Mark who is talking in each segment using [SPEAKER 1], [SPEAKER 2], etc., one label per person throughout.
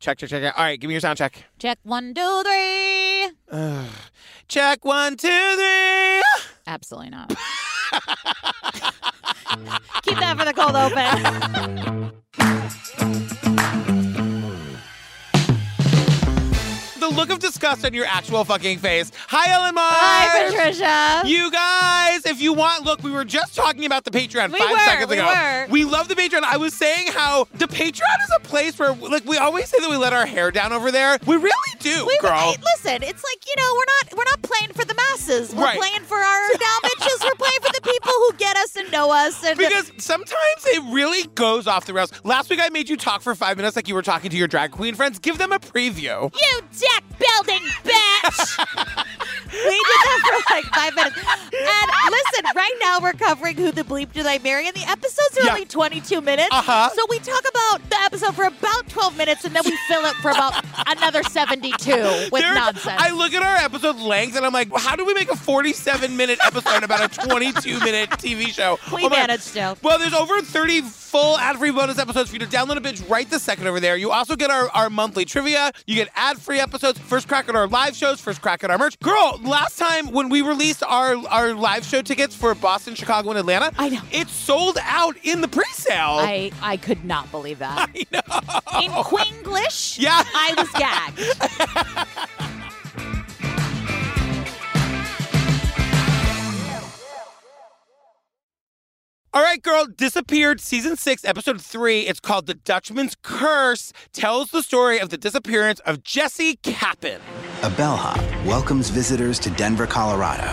[SPEAKER 1] Check, check, check, check. All right, give me your sound check.
[SPEAKER 2] Check one, two, three.
[SPEAKER 1] Check one, two, three.
[SPEAKER 2] Absolutely not. Keep that for the cold open.
[SPEAKER 1] The look of disgust on your actual fucking face. Hi, Ellen Mars.
[SPEAKER 2] Hi, Patricia.
[SPEAKER 1] You guys, if you want, look, we were just talking about the Patreon
[SPEAKER 2] We
[SPEAKER 1] five
[SPEAKER 2] were,
[SPEAKER 1] seconds
[SPEAKER 2] we
[SPEAKER 1] ago.
[SPEAKER 2] were.
[SPEAKER 1] We love the Patreon. I was saying how the Patreon is a place where, like, we always say that we let our hair down over there. We really do,
[SPEAKER 2] we,
[SPEAKER 1] girl.
[SPEAKER 2] hey, listen, it's like you know we're not we're not playing for the masses. We're
[SPEAKER 1] Right.
[SPEAKER 2] playing for our down bitches. We're playing for the people who get us and know us. And
[SPEAKER 1] because sometimes it really goes off the rails. Last week I made you talk for five minutes like you were talking to your drag queen friends. Give them a preview.
[SPEAKER 2] you deck building bitch. we did that for like five minutes. And listen, right now we're covering who the bleep did I marry, and the episodes are
[SPEAKER 1] Yeah.
[SPEAKER 2] only 22 minutes.
[SPEAKER 1] Uh-huh.
[SPEAKER 2] So we talk about the episode for about 12 minutes, and then we fill it for about another 72 with
[SPEAKER 1] There's-
[SPEAKER 2] nonsense.
[SPEAKER 1] I look at our episode length and I'm like, how do we make a 47 minute episode about a 22 minute TV show?
[SPEAKER 2] we
[SPEAKER 1] Oh my-
[SPEAKER 2] managed to.
[SPEAKER 1] Well, there's over 30 full ad-free bonus episodes for you to download a bitch right this second over there. You also get our, our monthly trivia. You get ad-free episodes, first crack at our live shows, first crack at our merch. Girl, last time when we released our, our live show tickets for Boston, Chicago, and Atlanta,
[SPEAKER 2] I know.
[SPEAKER 1] it sold out in the pre-sale.
[SPEAKER 2] I, I could not believe that. In Quinglish,
[SPEAKER 1] Yeah.
[SPEAKER 2] I was gagged.
[SPEAKER 1] All right, girl, Disappeared, season six, episode three. It's called The Dutchman's Curse. Tells the story of the disappearance of Jesse Kappen.
[SPEAKER 3] A bellhop welcomes visitors to Denver, Colorado.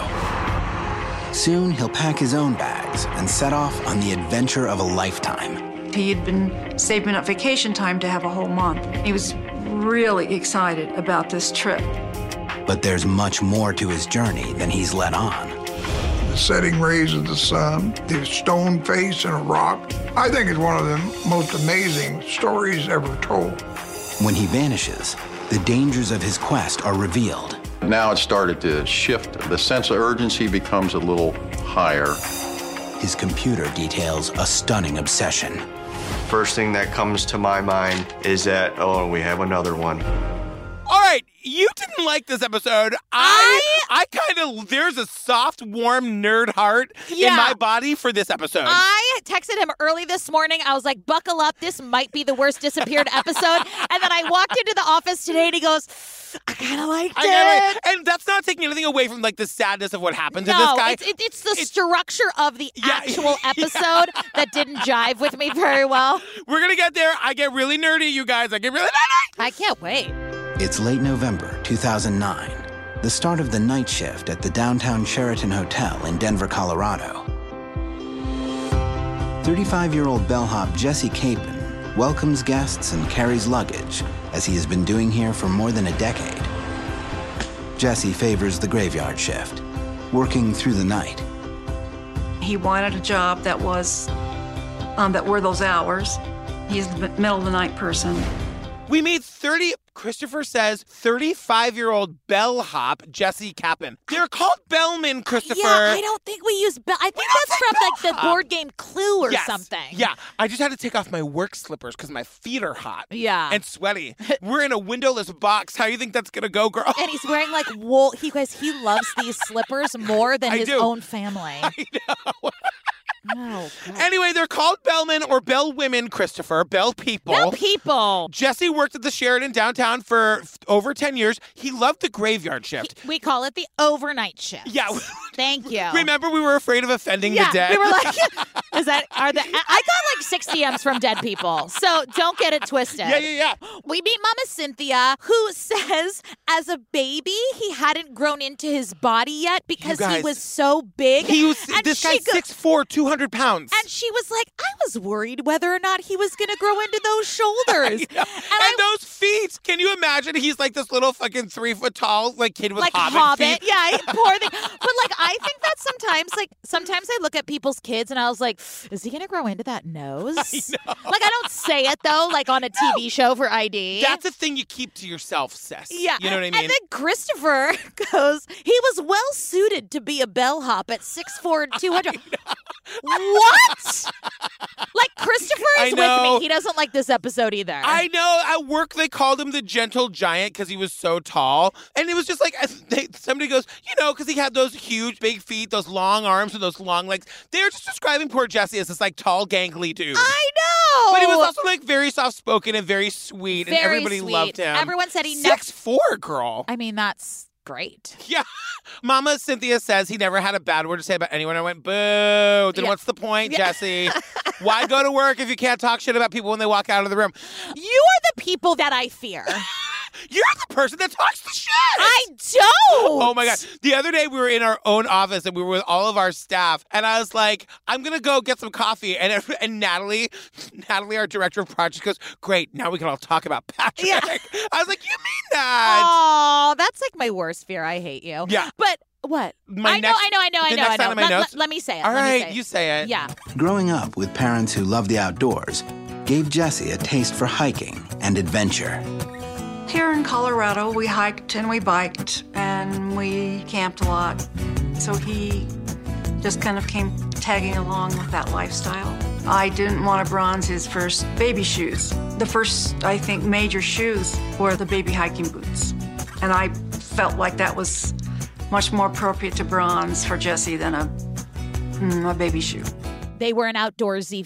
[SPEAKER 3] Soon he'll pack his own bags and set off on the adventure of a lifetime.
[SPEAKER 4] He'd been saving up vacation time to have a whole month. He was really excited about this trip.
[SPEAKER 3] But there's much more to his journey than he's let on.
[SPEAKER 5] the setting rays of the sun, the stone face in a rock. I think it's one of the most amazing stories ever told.
[SPEAKER 3] When he vanishes, the dangers of his quest are revealed,
[SPEAKER 6] Now it started to shift. The sense of urgency becomes a little higher.
[SPEAKER 3] his computer details a stunning obsession.
[SPEAKER 7] First thing that comes to my mind is that, oh, we have another one.
[SPEAKER 1] All right, you didn't like this episode. I I, kind of there's a soft, warm nerd heart
[SPEAKER 2] Yeah.
[SPEAKER 1] in my body for this episode.
[SPEAKER 2] I texted him early this morning. I was like, buckle up. This might be the worst disappeared episode. And then I walked into the office today and he goes, I kind of liked
[SPEAKER 1] I
[SPEAKER 2] it.
[SPEAKER 1] gotta- and that's not taking anything away from like the sadness of what happened to
[SPEAKER 2] no,
[SPEAKER 1] this guy.
[SPEAKER 2] it's, it, it's the structure of the
[SPEAKER 1] Yeah,
[SPEAKER 2] actual
[SPEAKER 1] yeah.
[SPEAKER 2] episode that didn't jive with me very well.
[SPEAKER 1] We're gonna get there. I get really nerdy, you guys. I get really nerdy.
[SPEAKER 2] I can't wait.
[SPEAKER 3] It's late November 2009, the start of the night shift at the downtown Sheraton Hotel in Denver, Colorado. 35 year old bellhop Jesse Capon welcomes guests and carries luggage, as he has been doing here for more than a decade. Jesse favors the graveyard shift, working through the night.
[SPEAKER 4] He wanted a job that was, um, that were those hours. He's a middle of the night person.
[SPEAKER 1] We meet 30 Christopher says 35-year-old bellhop Jesse Kappen. They're called bellmen, Christopher.
[SPEAKER 2] Yeah, I don't think we use. Be- I think that's from like the board game Clue or
[SPEAKER 1] Yes.
[SPEAKER 2] something.
[SPEAKER 1] Yeah, I just had to take off my work slippers because my feet are hot.
[SPEAKER 2] Yeah.
[SPEAKER 1] and sweaty. We're in a windowless box. How you think that's gonna go, girl?
[SPEAKER 2] and he's wearing like wool. He guys, he loves these slippers more than
[SPEAKER 1] I
[SPEAKER 2] his
[SPEAKER 1] do.
[SPEAKER 2] own family. I know. oh, God.
[SPEAKER 1] Anyway, they're called bellmen or bell women, Christopher, bell people.
[SPEAKER 2] Them people.
[SPEAKER 1] Jesse worked at the Sheridan downtown for f- over 10 years. He loved the graveyard shift.
[SPEAKER 2] We call it the overnight shift.
[SPEAKER 1] Yeah.
[SPEAKER 2] Thank you.
[SPEAKER 1] Remember, we were afraid of offending
[SPEAKER 2] Oh. Yeah,
[SPEAKER 1] the dead?
[SPEAKER 2] we were like, is that are the? I I got like six DMs from dead people, so don't get it twisted.
[SPEAKER 1] yeah, yeah, yeah.
[SPEAKER 2] We meet Mama Cynthia, who says as a baby he hadn't grown into his body yet because he
[SPEAKER 1] guys-
[SPEAKER 2] was so big.
[SPEAKER 1] He was,
[SPEAKER 2] And
[SPEAKER 1] this
[SPEAKER 2] she
[SPEAKER 1] guy's
[SPEAKER 2] go-
[SPEAKER 1] 6'4, 200 pounds.
[SPEAKER 2] And she was like, I was worried whether or not he was going to grow into those shoulders. and
[SPEAKER 1] And
[SPEAKER 2] I
[SPEAKER 1] those feet! Can you imagine? He's like this little fucking three foot tall, like kid with
[SPEAKER 2] like
[SPEAKER 1] hobbit, feet.
[SPEAKER 2] yeah, I- poor thing. But like, I think that sometimes, like, sometimes I look at people's kids and I was like, is he gonna grow into that nose? Like, I don't say it though, like on a TV show for ID.
[SPEAKER 1] That's a thing you keep to yourself, sis.
[SPEAKER 2] yeah,
[SPEAKER 1] you know what I mean.
[SPEAKER 2] And then Christopher goes, he was well suited to be a bellhop at 6'4", 200. What? like Christopher
[SPEAKER 1] I
[SPEAKER 2] is with
[SPEAKER 1] know.
[SPEAKER 2] me. He doesn't like this episode either.
[SPEAKER 1] I know. At work, they called him the gentle giant because he was so tall, and it was just like I- they, somebody goes, you know, because he had those huge, big feet, those long arms, and those long legs. They're just describing poor Jesse as this like tall, gangly dude.
[SPEAKER 2] I know.
[SPEAKER 1] but he was also like very soft spoken and very sweet, and
[SPEAKER 2] Very
[SPEAKER 1] everybody
[SPEAKER 2] sweet.
[SPEAKER 1] loved him.
[SPEAKER 2] Everyone said he never.
[SPEAKER 1] six four girl.
[SPEAKER 2] I mean, that's great.
[SPEAKER 1] Yeah. Mama Cynthia says he never had a bad word to say about anyone. I went, boo. Then
[SPEAKER 2] Yeah.
[SPEAKER 1] what's the point,
[SPEAKER 2] Yeah.
[SPEAKER 1] Jesse? Why go to work if you can't talk shit about people when they walk out of the room?
[SPEAKER 2] You are the people that I fear.
[SPEAKER 1] You're the person that talks the shit.
[SPEAKER 2] I don't.
[SPEAKER 1] Oh my God. The other day we were in our own office and we were with all of our staff and I was like, I'm gonna go get some coffee. And and Natalie, Natalie, our director of projects, goes, Great, now we can all talk about Patrick.
[SPEAKER 2] Yeah.
[SPEAKER 1] I was like, You mean that?
[SPEAKER 2] Oh, that's like my worst fear. I hate you.
[SPEAKER 1] Yeah.
[SPEAKER 2] But what?
[SPEAKER 1] My
[SPEAKER 2] I know,
[SPEAKER 1] next-
[SPEAKER 2] I know, I know, I
[SPEAKER 1] the
[SPEAKER 2] know,
[SPEAKER 1] next
[SPEAKER 2] I know.
[SPEAKER 1] item I
[SPEAKER 2] Let,
[SPEAKER 1] notes-
[SPEAKER 2] let- let me say it.
[SPEAKER 1] all
[SPEAKER 2] let me
[SPEAKER 1] right,
[SPEAKER 2] say it.
[SPEAKER 1] you say it.
[SPEAKER 2] Yeah.
[SPEAKER 3] Growing up with parents who love the outdoors gave Jesse a taste for hiking and adventure.
[SPEAKER 4] Here in Colorado, we hiked and we biked and we camped a lot. So he just kind of came tagging along with that lifestyle. I didn't want to bronze his first baby shoes. The first, I think, major shoes were the baby hiking boots. And I felt like that was much more appropriate to bronze for Jesse than a, mm, a baby shoe.
[SPEAKER 2] They were an outdoorsy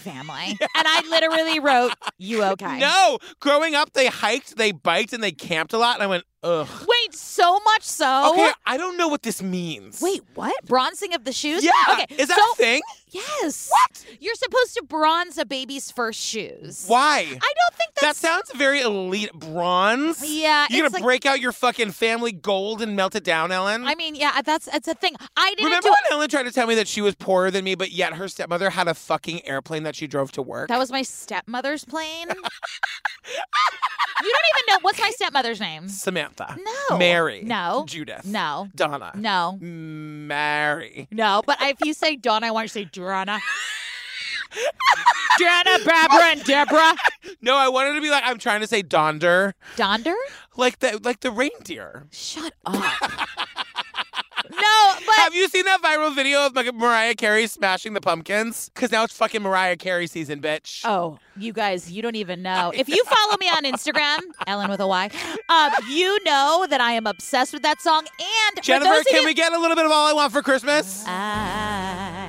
[SPEAKER 2] family. And I literally wrote, You okay?
[SPEAKER 1] No, growing up, they hiked, they biked, and they camped a lot. And I went, ugh.
[SPEAKER 2] Wait, so much so.
[SPEAKER 1] Okay, I don't know what this means.
[SPEAKER 2] Oh, Wait, what? Bronzing of the shoes?
[SPEAKER 1] Yeah.
[SPEAKER 2] Okay.
[SPEAKER 1] Is that
[SPEAKER 2] so,
[SPEAKER 1] a thing?
[SPEAKER 2] Yes. What? You're supposed to bronze a baby's first shoes.
[SPEAKER 1] Why?
[SPEAKER 2] I don't think
[SPEAKER 1] that
[SPEAKER 2] that's.
[SPEAKER 1] sounds very elite. Bronze?
[SPEAKER 2] Yeah,
[SPEAKER 1] You're
[SPEAKER 2] it's
[SPEAKER 1] gonna
[SPEAKER 2] like-
[SPEAKER 1] break out your fucking family gold and melt it down, Ellen?
[SPEAKER 2] I mean, yeah, that's that's a thing. I didn't
[SPEAKER 1] Remember
[SPEAKER 2] do
[SPEAKER 1] when Ellen tried to tell me that she was poorer than me, but yet her stepmother had a fucking airplane that she drove to work?
[SPEAKER 2] That was my stepmother's plane. you don't even know what's my stepmother's name.
[SPEAKER 1] Samantha.
[SPEAKER 2] No.
[SPEAKER 1] Mary.
[SPEAKER 2] No.
[SPEAKER 1] Judith.
[SPEAKER 2] No.
[SPEAKER 1] Donna.
[SPEAKER 2] No.
[SPEAKER 1] Mary.
[SPEAKER 2] No, but if you say Dawn, I want you to say Drana. Drana, Barbara, and Deborah.
[SPEAKER 1] No, I wanted to be like I'm trying to say Donder,
[SPEAKER 2] Donder?
[SPEAKER 1] like the like the reindeer.
[SPEAKER 2] Shut up. no, but
[SPEAKER 1] Have you seen that viral video of like Mariah Carey smashing the pumpkins? Because now it's fucking Mariah Carey season, bitch.
[SPEAKER 2] Oh, you guys, you don't even know. If you follow me on Instagram, Ellen with a Y, um, you know that I am obsessed with that song. And for
[SPEAKER 1] Jennifer,
[SPEAKER 2] those of
[SPEAKER 1] can
[SPEAKER 2] you-
[SPEAKER 1] we get a little bit of All I Want for Christmas?
[SPEAKER 2] I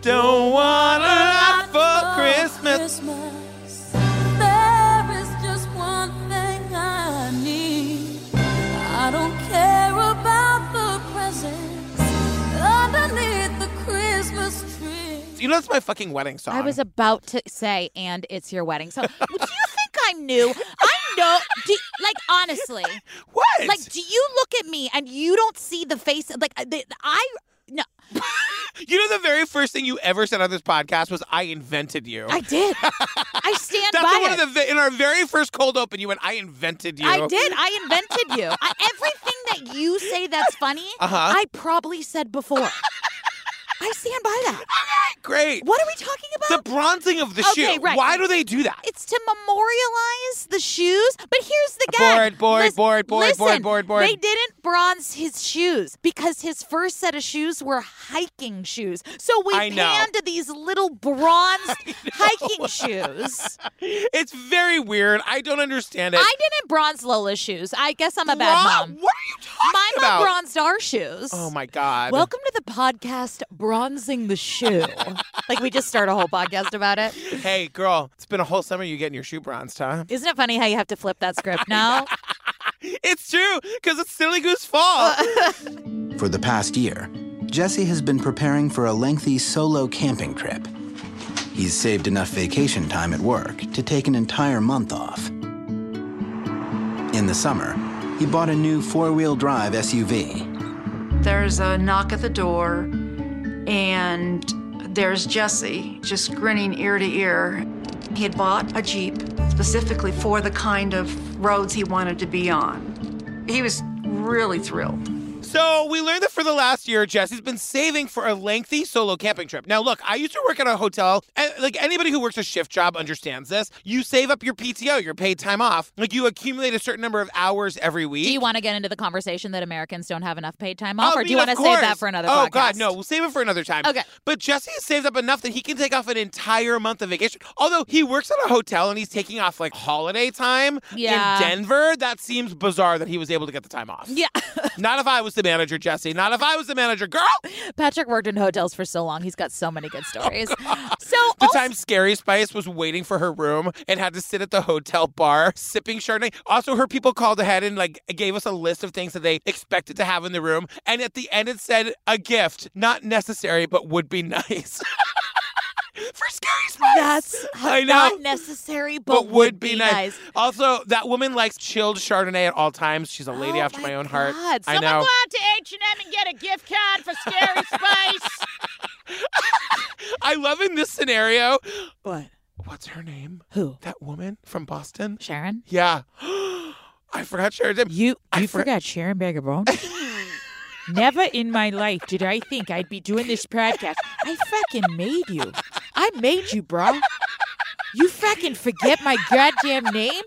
[SPEAKER 1] Don't want a lot for Christmas.
[SPEAKER 8] Christmas. There is just one thing I need. I don't care about the presents underneath the Christmas tree.
[SPEAKER 1] You know that's my fucking wedding song.
[SPEAKER 2] I was about to say, and it's your wedding. So, do you think I'm new? I know. Do, like, honestly,
[SPEAKER 1] what?
[SPEAKER 2] like, do you look at me and you don't see the face? Like, uh, the, I no,
[SPEAKER 1] you know the very first thing you ever said on this podcast was "I invented you."
[SPEAKER 2] I did. I stand
[SPEAKER 1] that's
[SPEAKER 2] by
[SPEAKER 1] the one
[SPEAKER 2] it.
[SPEAKER 1] of the in our very first cold open. You went, "I invented you."
[SPEAKER 2] I did. I invented you. I, everything that you say that's funny,
[SPEAKER 1] Uh-huh.
[SPEAKER 2] I probably said before. I stand by that.
[SPEAKER 1] Great.
[SPEAKER 2] What are we talking
[SPEAKER 1] The
[SPEAKER 2] about?
[SPEAKER 1] bronzing of the
[SPEAKER 2] Okay,
[SPEAKER 1] shoe.
[SPEAKER 2] right.
[SPEAKER 1] Why do they do that?
[SPEAKER 2] it's to memorialize the shoes, but here's the guy.
[SPEAKER 1] Bored, bored, bored, bored,
[SPEAKER 2] listen,
[SPEAKER 1] bored, bored, bored.
[SPEAKER 2] They didn't bronze his shoes because his first set of shoes were hiking shoes. So we
[SPEAKER 1] I know.
[SPEAKER 2] panned to these little bronzed hiking shoes.
[SPEAKER 1] It's very weird. I don't understand it.
[SPEAKER 2] I didn't bronze Lola's shoes. I guess I'm a
[SPEAKER 1] Bron-
[SPEAKER 2] bad mom.
[SPEAKER 1] What are you talking
[SPEAKER 2] My mom
[SPEAKER 1] about?
[SPEAKER 2] bronzed our shoes.
[SPEAKER 1] Oh my god.
[SPEAKER 2] Welcome to the podcast, Bronzing the Shoe. like, we just start a whole podcast about it.
[SPEAKER 1] Hey, girl, it's been a whole summer you getting your shoe bronzed, huh?
[SPEAKER 2] Isn't it funny how you have to flip that script now?
[SPEAKER 1] It's true, because it's Silly Goose Fall.
[SPEAKER 3] For the past year, Jesse has been preparing for a lengthy solo camping trip. He's saved enough vacation time at work to take an entire month off. In the summer, he bought a new four wheel drive SUV.
[SPEAKER 4] There's a knock at the door, and there's Jesse just grinning ear to ear. He had bought a Jeep specifically for the kind of roads he wanted to be on. He was really thrilled.
[SPEAKER 1] So we learned that for the last year, Jesse's been saving for a lengthy solo camping trip. Now, look, I used to work at a hotel, and like anybody who works a shift job understands this. You save up your PTO, your paid time off. Like you accumulate a certain number of hours every week.
[SPEAKER 2] Do you want to get into the conversation that Americans don't have enough paid time off,
[SPEAKER 1] I
[SPEAKER 2] or do you
[SPEAKER 1] mean,
[SPEAKER 2] want to
[SPEAKER 1] Oh, of
[SPEAKER 2] save that
[SPEAKER 1] course.
[SPEAKER 2] for another
[SPEAKER 1] Oh
[SPEAKER 2] podcast?
[SPEAKER 1] God, no! We'll save it for another time.
[SPEAKER 2] Okay.
[SPEAKER 1] But Jesse has saved up enough that he can take off an entire month of vacation. Although he works at a hotel and he's taking off like holiday time
[SPEAKER 2] Yeah.
[SPEAKER 1] in Denver, that seems bizarre that he was able to get the time off.
[SPEAKER 2] Yeah.
[SPEAKER 1] Not if I was the manager, Jesse. Not if I was the manager, girl.
[SPEAKER 2] Patrick worked in hotels for so long. He's got so many good stories. so
[SPEAKER 1] Oh, The
[SPEAKER 2] also,
[SPEAKER 1] time Scary Spice was waiting for her room and had to sit at the hotel bar sipping Chardonnay. Also, her people called ahead and like gave us a list of things that they expected to have in the room. And at the end, it said a gift, not necessary, but would be nice. for Scary Spice.
[SPEAKER 2] that's
[SPEAKER 1] I know.
[SPEAKER 2] not necessary, but,
[SPEAKER 1] But would be nice. Also, that woman likes chilled Chardonnay at all times. She's a lady
[SPEAKER 2] Oh
[SPEAKER 1] after my, own heart.
[SPEAKER 2] God.
[SPEAKER 1] I
[SPEAKER 2] Someone
[SPEAKER 1] know.
[SPEAKER 2] go out to H and M and get a gift card for Scary Spice.
[SPEAKER 1] I love in this scenario.
[SPEAKER 2] what?
[SPEAKER 1] What's her name?
[SPEAKER 2] Who?
[SPEAKER 1] That woman from Boston?
[SPEAKER 2] Sharon.
[SPEAKER 1] Yeah. I forgot Sharon's name.
[SPEAKER 9] You
[SPEAKER 1] I
[SPEAKER 9] you
[SPEAKER 1] for-
[SPEAKER 9] forgot Sharon Bagabone. Never in my life did I think I'd be doing this podcast. I fucking made you. I made you, bro. You fucking forget my goddamn name.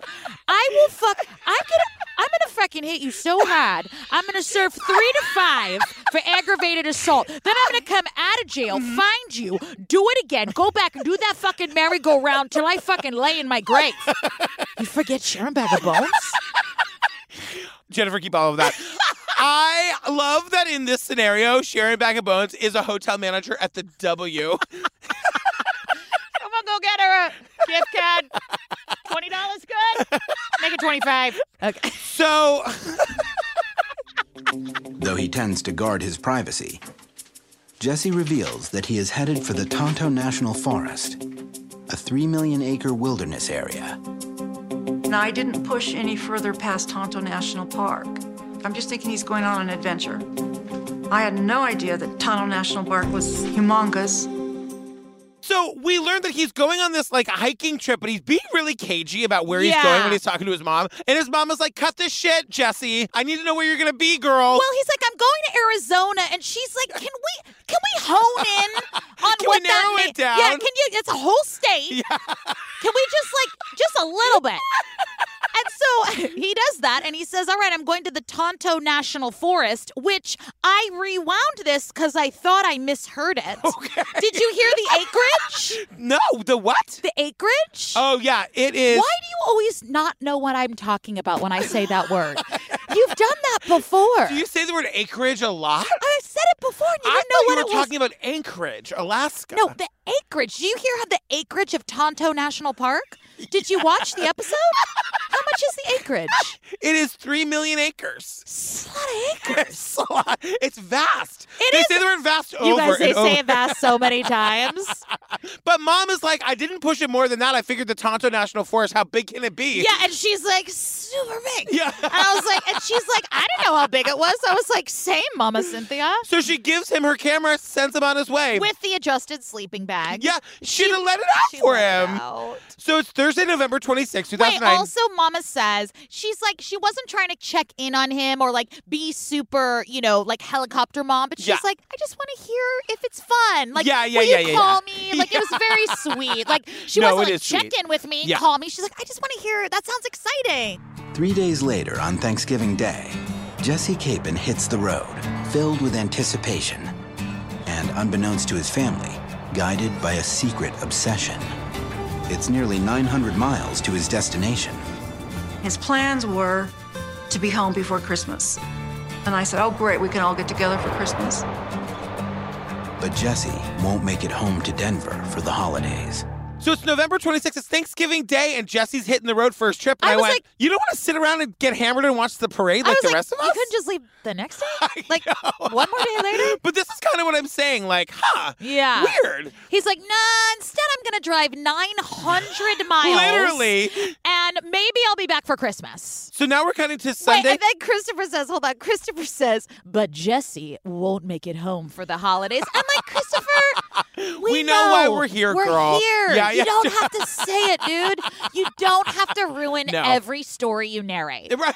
[SPEAKER 9] I will fuck. I'm gonna. I'm gonna fucking hit you so hard. I'm gonna serve three to five for aggravated assault. Then I'm gonna come out of jail, find you, do it again, go back and do that fucking merry-go-round till I fucking lay in my grave. You forget Sharon Bag of Bones?
[SPEAKER 1] Jennifer, keep all of that. I love that in this scenario, Sharon Bag of Bones is a hotel manager at the W.
[SPEAKER 2] Someone go get her a gift card. Twenty dollars, good. Make it twenty-five. Okay.
[SPEAKER 1] So
[SPEAKER 3] Though he tends to guard his privacy, Jesse reveals that he is headed for the Tonto National Forest, a 3 million acre wilderness area.
[SPEAKER 4] And I didn't push any further past Tonto National Park. I'm just thinking he's going on an adventure. I had no idea that Tonto National Park was humongous.
[SPEAKER 1] so we learned that he's going on this like hiking trip, but he's being really cagey about where he's
[SPEAKER 2] Yeah.
[SPEAKER 1] going when he's talking to his mom. And his mom is like, cut this shit, Jesse. I need to know where you're gonna be, girl.
[SPEAKER 2] Well, he's like, I'm going to Arizona, and she's like, Can we can we hone in on
[SPEAKER 1] Can we
[SPEAKER 2] what that
[SPEAKER 1] narrow
[SPEAKER 2] mea-
[SPEAKER 1] it down?
[SPEAKER 2] Yeah, can you? It's a whole state. Can we just like just a little bit? And so he does that, and he says, "All right, I'm going to the Tonto National Forest," which I rewound this because I thought I misheard it.
[SPEAKER 1] Okay.
[SPEAKER 2] Did you hear the acreage?
[SPEAKER 1] no, the what?
[SPEAKER 2] the acreage?
[SPEAKER 1] Oh yeah, it is.
[SPEAKER 2] Why do you always not know what I'm talking about when I say that word? You've done that before.
[SPEAKER 1] Do you say the word acreage a lot?
[SPEAKER 2] I said it before and you
[SPEAKER 1] I
[SPEAKER 2] didn't know
[SPEAKER 1] thought
[SPEAKER 2] what
[SPEAKER 1] you were
[SPEAKER 2] it
[SPEAKER 1] talking about Anchorage, Alaska.
[SPEAKER 2] was. No, the acreage. Do you hear how the acreage of Tonto National Park? Did you watch the episode? How much is the acreage?
[SPEAKER 1] it is three million acres.
[SPEAKER 2] It's a
[SPEAKER 1] It's a
[SPEAKER 2] lot of acres.
[SPEAKER 1] lot. It's vast.
[SPEAKER 2] It
[SPEAKER 1] they
[SPEAKER 2] is-
[SPEAKER 1] say the word vast
[SPEAKER 2] You
[SPEAKER 1] over
[SPEAKER 2] guys, they
[SPEAKER 1] and over.
[SPEAKER 2] say it fast so many times.
[SPEAKER 1] But mom is like, I didn't push it more than that. I figured the Tonto National Forest, how big can it be?
[SPEAKER 2] Yeah, and she's like, super big.
[SPEAKER 1] Yeah.
[SPEAKER 2] And I was like, and she's like, I didn't know how big it was. I was like, same, Mama Cynthia.
[SPEAKER 1] So she gives him her camera, sends him on his way.
[SPEAKER 2] With the adjusted sleeping bag.
[SPEAKER 1] yeah, should have let it out
[SPEAKER 2] She
[SPEAKER 1] for
[SPEAKER 2] let it
[SPEAKER 1] him.
[SPEAKER 2] out.
[SPEAKER 1] So it's Thursday, November twenty sixth, two
[SPEAKER 2] Wait,
[SPEAKER 1] 2009.
[SPEAKER 2] also, Mama says she's like, she wasn't trying to check in on him or like be super, you know, like helicopter mom, but she's
[SPEAKER 1] Yeah.
[SPEAKER 2] like, I just want to hear if it's fun. Like,
[SPEAKER 1] Yeah, yeah,
[SPEAKER 2] will
[SPEAKER 1] yeah,
[SPEAKER 2] you
[SPEAKER 1] yeah,
[SPEAKER 2] call me? Like, it was very sweet. Like, she
[SPEAKER 1] No,
[SPEAKER 2] wasn't
[SPEAKER 1] it
[SPEAKER 2] like,
[SPEAKER 1] is
[SPEAKER 2] check
[SPEAKER 1] sweet.
[SPEAKER 2] in with me,
[SPEAKER 1] Yeah.
[SPEAKER 2] call me. She's like, I just want to hear, that sounds exciting.
[SPEAKER 3] Three days later, on Thanksgiving Day, Jesse Capon hits the road, filled with anticipation, and unbeknownst to his family, guided by a secret obsession. It's nearly 900 miles to his destination.
[SPEAKER 4] His plans were to be home before Christmas. And I said, Oh, great, we can all get together for Christmas.
[SPEAKER 3] But Jesse won't make it home to Denver for the holidays.
[SPEAKER 1] so it's November 26th, it's Thanksgiving Day, and Jesse's hitting the road for his trip. And
[SPEAKER 2] I
[SPEAKER 1] I,
[SPEAKER 2] was
[SPEAKER 1] went,
[SPEAKER 2] like-
[SPEAKER 1] You don't want to sit around and get hammered and watch the parade
[SPEAKER 2] I
[SPEAKER 1] like
[SPEAKER 2] was
[SPEAKER 1] the
[SPEAKER 2] like,
[SPEAKER 1] rest of us?
[SPEAKER 2] you couldn't just leave the next day? Like, one more day later?
[SPEAKER 1] But this is kind of what I'm saying. Like, huh?
[SPEAKER 2] Yeah.
[SPEAKER 1] Weird.
[SPEAKER 2] He's like, nah, instead I'm going to drive 900 miles.
[SPEAKER 1] Literally.
[SPEAKER 2] And maybe I'll be back for Christmas.
[SPEAKER 1] So now we're cutting to
[SPEAKER 2] Wait,
[SPEAKER 1] Sunday.
[SPEAKER 2] and then Christopher says, hold on, Christopher says, but Jesse won't make it home for the holidays. I'm like, Christopher, we,
[SPEAKER 1] We know why we're here,
[SPEAKER 2] We're
[SPEAKER 1] girl."
[SPEAKER 2] here.
[SPEAKER 1] Yeah, yeah.
[SPEAKER 2] You don't have to say it, dude. You don't have to ruin
[SPEAKER 1] No.
[SPEAKER 2] every story you narrate.
[SPEAKER 1] Right.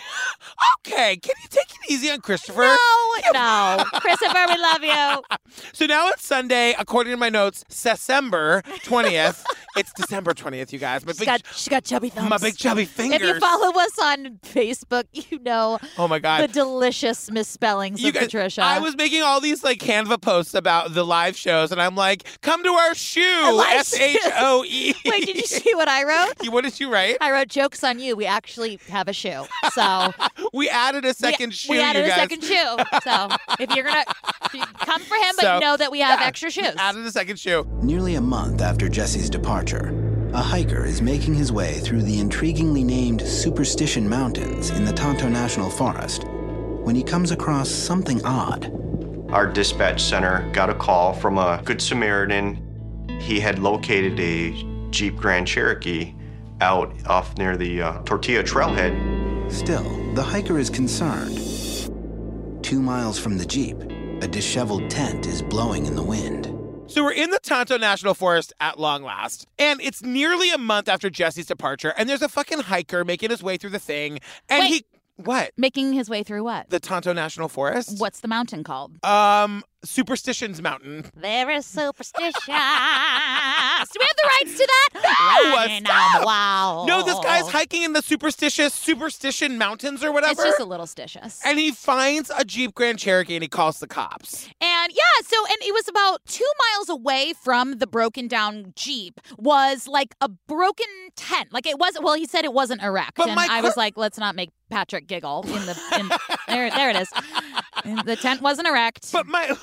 [SPEAKER 1] Okay, can you take it easy on Christopher.
[SPEAKER 2] No, no. Christopher, we love you.
[SPEAKER 1] So now it's Sunday, according to my notes, December 20th. it's December 20th, you guys. My
[SPEAKER 2] She
[SPEAKER 1] big,
[SPEAKER 2] got, she got chubby thumbs.
[SPEAKER 1] my big chubby fingers.
[SPEAKER 2] If you follow us on Facebook, you know
[SPEAKER 1] oh my God.
[SPEAKER 2] the delicious misspellings
[SPEAKER 1] you
[SPEAKER 2] of
[SPEAKER 1] guys,
[SPEAKER 2] Patricia.
[SPEAKER 1] I was making all these like Canva posts about the live shows, and I'm like, "Come to our shoe,
[SPEAKER 2] live
[SPEAKER 1] S
[SPEAKER 2] shoe.
[SPEAKER 1] H O E."
[SPEAKER 2] Wait, did you see what I wrote?
[SPEAKER 1] you? What did you write?
[SPEAKER 2] I wrote jokes on you. We actually have a shoe, so
[SPEAKER 1] We added a
[SPEAKER 2] we-
[SPEAKER 1] second shoe.
[SPEAKER 2] We added
[SPEAKER 1] you
[SPEAKER 2] a
[SPEAKER 1] guys.
[SPEAKER 2] second shoe. So if you're gonna come for him, but
[SPEAKER 1] So,
[SPEAKER 2] know that we have
[SPEAKER 1] yeah,
[SPEAKER 2] extra shoes.
[SPEAKER 1] Added a second shoe.
[SPEAKER 3] Nearly a month after Jesse's departure, a hiker is making his way through the intriguingly named Superstition Mountains in the Tonto National Forest when he comes across something odd.
[SPEAKER 7] Our dispatch center got a call from a Good Samaritan. He had located a Jeep Grand Cherokee out off near the uh, Tortilla Trailhead.
[SPEAKER 3] Still, the hiker is concerned. Two miles from the Jeep, a disheveled tent is blowing in the wind.
[SPEAKER 1] So we're in the Tonto National Forest at long last, and it's nearly a month after Jesse's departure, and there's a fucking hiker making his way through the thing, and
[SPEAKER 2] Wait.
[SPEAKER 1] he what?
[SPEAKER 2] Making his way through what?
[SPEAKER 1] The Tonto National Forest?
[SPEAKER 2] What's the mountain called?
[SPEAKER 1] Um, Superstitions Mountain.
[SPEAKER 2] There is superstition. Do we have the rights to that?
[SPEAKER 1] No,
[SPEAKER 2] Riding
[SPEAKER 1] stop.
[SPEAKER 2] on the wall.
[SPEAKER 1] No, this guy's hiking in the superstitious Superstition Mountains or whatever.
[SPEAKER 2] It's just a little stitious.
[SPEAKER 1] and he finds a Jeep Grand Cherokee and he calls the cops.
[SPEAKER 2] And yeah, so and it was about two miles away from the broken down Jeep was like a broken tent. Like it was well, he said it wasn't erect.
[SPEAKER 1] But
[SPEAKER 2] and
[SPEAKER 1] my
[SPEAKER 2] I was
[SPEAKER 1] que-
[SPEAKER 2] like, let's not make Patrick giggle in the in, there there it is. And The tent wasn't erect.
[SPEAKER 1] But my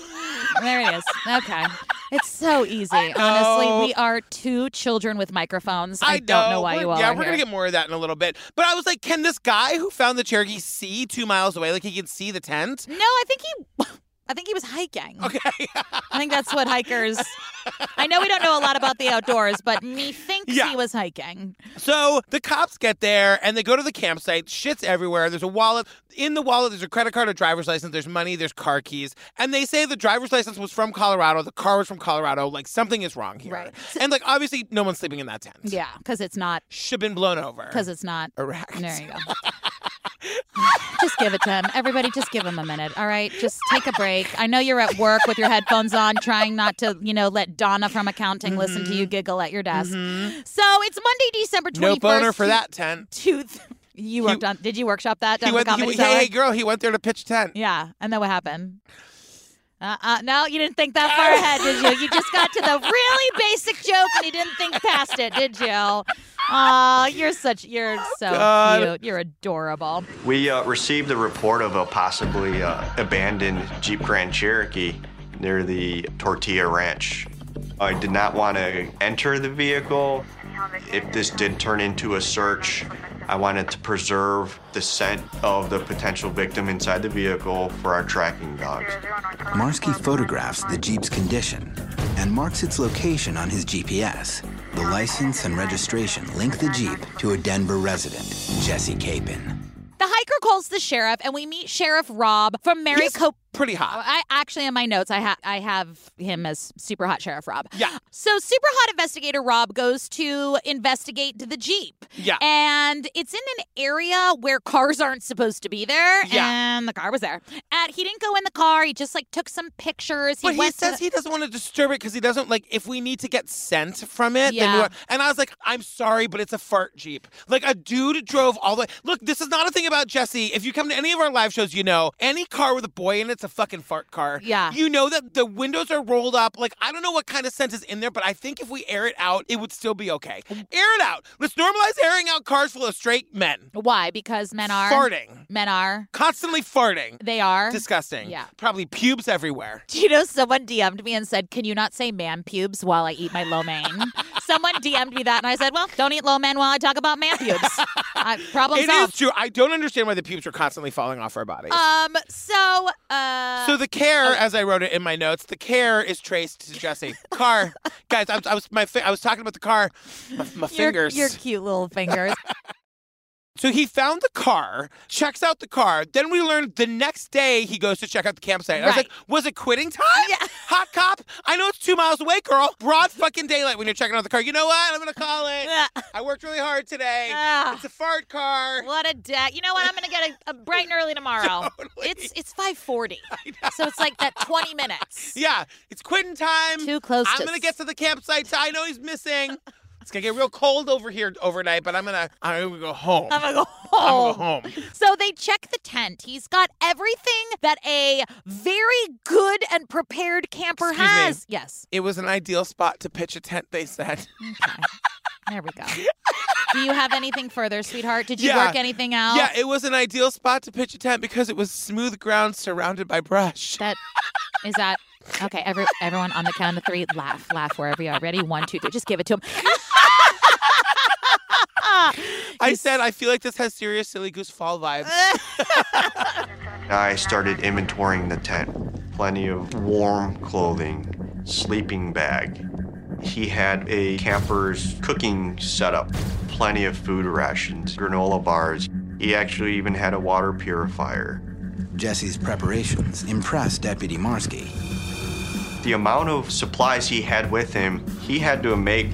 [SPEAKER 2] there it is. Okay. It's so easy.
[SPEAKER 1] know.
[SPEAKER 2] Honestly, we are two children with microphones. I, don't know why
[SPEAKER 1] we're-
[SPEAKER 2] you all
[SPEAKER 1] Yeah,
[SPEAKER 2] are
[SPEAKER 1] we're gonna
[SPEAKER 2] here.
[SPEAKER 1] get more of that in a little bit. But I was like, can this guy who found the Cherokee see two miles away? Like he can see the tent?
[SPEAKER 2] No, I think he I think he was hiking.
[SPEAKER 1] Okay.
[SPEAKER 2] I think that's what hikers. I know we don't know a lot about the outdoors, but me thinks
[SPEAKER 1] Yeah.
[SPEAKER 2] he was hiking.
[SPEAKER 1] So the cops get there and they go to the campsite. Shit's everywhere. There's a wallet. In the wallet, there's a credit card, a driver's license, there's money, there's car keys. And they say the driver's license was from Colorado, the car was from Colorado. Like something is wrong here.
[SPEAKER 2] Right.
[SPEAKER 1] And like obviously, no one's sleeping in that tent.
[SPEAKER 2] Yeah, because it's not.
[SPEAKER 1] Should have been blown over.
[SPEAKER 2] Because it's not.
[SPEAKER 1] Iraq.
[SPEAKER 2] There you go. just give it to him. Everybody, just give him a minute. All right, just take a break. I know you're at work with your headphones on, trying not to, you know, let Donna from accounting listen to you giggle at your desk. So it's Monday, December twenty
[SPEAKER 1] Mm-hmm. No
[SPEAKER 2] first.
[SPEAKER 1] boner for that tent.
[SPEAKER 2] Two. you worked on. Did you workshop that? down
[SPEAKER 1] He
[SPEAKER 2] at
[SPEAKER 1] went,
[SPEAKER 2] the
[SPEAKER 1] he,
[SPEAKER 2] comedy
[SPEAKER 1] went-
[SPEAKER 2] cellar?
[SPEAKER 1] hey, hey, girl, he went there to pitch tent.
[SPEAKER 2] Yeah, and then what happened? Uh, uh, no, you didn't think that far ahead, did you? You just got to the really basic joke and you didn't think past it, did you? Oh, you're such, you're so
[SPEAKER 1] God.
[SPEAKER 2] cute. You're adorable.
[SPEAKER 7] We uh, received a report of a possibly uh, abandoned Jeep Grand Cherokee near the Tortilla Ranch. I did not want to enter the vehicle. If this did turn into a search, I wanted to preserve the scent of the potential victim inside the vehicle for our tracking dogs.
[SPEAKER 3] Marsky photographs the Jeep's condition and marks its location on his GPS. The license and registration link the Jeep to a Denver resident, Jesse Capon.
[SPEAKER 2] The hiker calls the sheriff and we meet Sheriff Rob from Mary
[SPEAKER 1] He's
[SPEAKER 2] Cope.
[SPEAKER 1] pretty hot.
[SPEAKER 2] I actually in my notes I ha- I have him as super hot sheriff Rob.
[SPEAKER 1] Yeah.
[SPEAKER 2] So super hot investigator Rob goes to investigate the Jeep.
[SPEAKER 1] Yeah.
[SPEAKER 2] And it's in an area where cars aren't supposed to be there.
[SPEAKER 1] Yeah.
[SPEAKER 2] And the car was there. And he didn't go in the car. He just like took some pictures.
[SPEAKER 1] But he
[SPEAKER 2] went to
[SPEAKER 1] says
[SPEAKER 2] the-
[SPEAKER 1] he doesn't want to disturb it because he doesn't like if we need to get scent from it. Then we
[SPEAKER 2] Yeah.
[SPEAKER 1] want, and I was like, I'm sorry, but it's a fart jeep. Like a dude drove all the way. Look, this is not a thing about Jesse. If you come to any of our live shows, you know any car with a boy in it's a fucking fart car.
[SPEAKER 2] Yeah.
[SPEAKER 1] You know that the windows are rolled up. Like I don't know what kind of scent is in there, but I think if we air it out, it would still be okay. Air
[SPEAKER 2] Mm.
[SPEAKER 1] it out. Let's normalize airing out cars full of straight men
[SPEAKER 2] Why? Because men are
[SPEAKER 1] farting,
[SPEAKER 2] Men are.
[SPEAKER 1] constantly farting.
[SPEAKER 2] They are.
[SPEAKER 1] Disgusting.
[SPEAKER 2] Yeah.
[SPEAKER 1] Probably pubes everywhere.
[SPEAKER 2] Do you know someone DM'd me and said, Can you not say man pubes while I eat my lo mein? someone DM'd me that and I said, Well, don't eat lo mein while I talk about man pubes. I, problem
[SPEAKER 1] It is
[SPEAKER 2] solved.
[SPEAKER 1] true. I don't understand why the pubes are constantly falling off our bodies.
[SPEAKER 2] Um, so, uh,
[SPEAKER 1] so the care, as I wrote it in my notes, the care is traced to Jesse. Car, guys, I was, I was my fi- I was talking about the car. My, my
[SPEAKER 2] your-
[SPEAKER 1] fingers.
[SPEAKER 2] Your, cute little fingers.
[SPEAKER 1] So he found the car, checks out the car. Then we learned the next day he goes to check out the campsite. I was
[SPEAKER 2] Right.
[SPEAKER 1] like, was it quitting time? Hot cop, I know it's two miles away, girl. Broad fucking daylight when you're checking out the car. You know what? I'm going to call it.
[SPEAKER 2] Ah,
[SPEAKER 1] I worked really hard today.
[SPEAKER 2] Ah.
[SPEAKER 1] It's a fart car.
[SPEAKER 2] what a day! You know what? I'm gonna get a, a bright and early tomorrow. It's it's 5:40, so it's like that 20 minutes.
[SPEAKER 1] Yeah, it's quitting time.
[SPEAKER 2] Too close.
[SPEAKER 1] I'm
[SPEAKER 2] to
[SPEAKER 1] gonna get to the campsite. So I know he's missing. It's gonna get real cold over here overnight, but I'm gonna I'm gonna go home.
[SPEAKER 2] I'm gonna go
[SPEAKER 1] I'm
[SPEAKER 2] home.
[SPEAKER 1] gonna go home.
[SPEAKER 2] So they check the tent. He's got everything that a very good and prepared camper
[SPEAKER 1] Excuse me.
[SPEAKER 2] has. Yes.
[SPEAKER 1] It was an ideal spot to pitch a tent. They said.
[SPEAKER 2] There we go. Do you have anything further, sweetheart? Did you
[SPEAKER 1] Yeah.
[SPEAKER 2] work anything out?
[SPEAKER 1] Yeah, it was an ideal spot to pitch a tent because it was smooth ground surrounded by brush.
[SPEAKER 2] That is that. Okay, every, everyone on the count of three, laugh, laugh wherever you are. Ready? One, two, three. Just give it to him.
[SPEAKER 1] I said I feel like this has serious silly goose fall vibes.
[SPEAKER 7] I started inventorying the tent. Plenty of warm clothing, sleeping bag. He had a camper's cooking setup, plenty of food rations, granola bars. He actually even had a water purifier.
[SPEAKER 3] Jesse's preparations impressed Deputy Marsky.
[SPEAKER 7] The amount of supplies he had with him, he had to make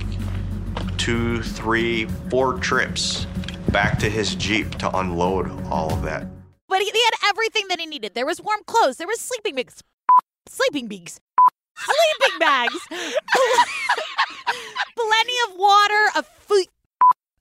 [SPEAKER 7] two, three, four trips back to his Jeep to unload all of that.
[SPEAKER 2] But he, he had everything that he needed. There was warm clothes. There was sleeping bags. Sleeping bags. Sleeping bags. Plenty of water, of food.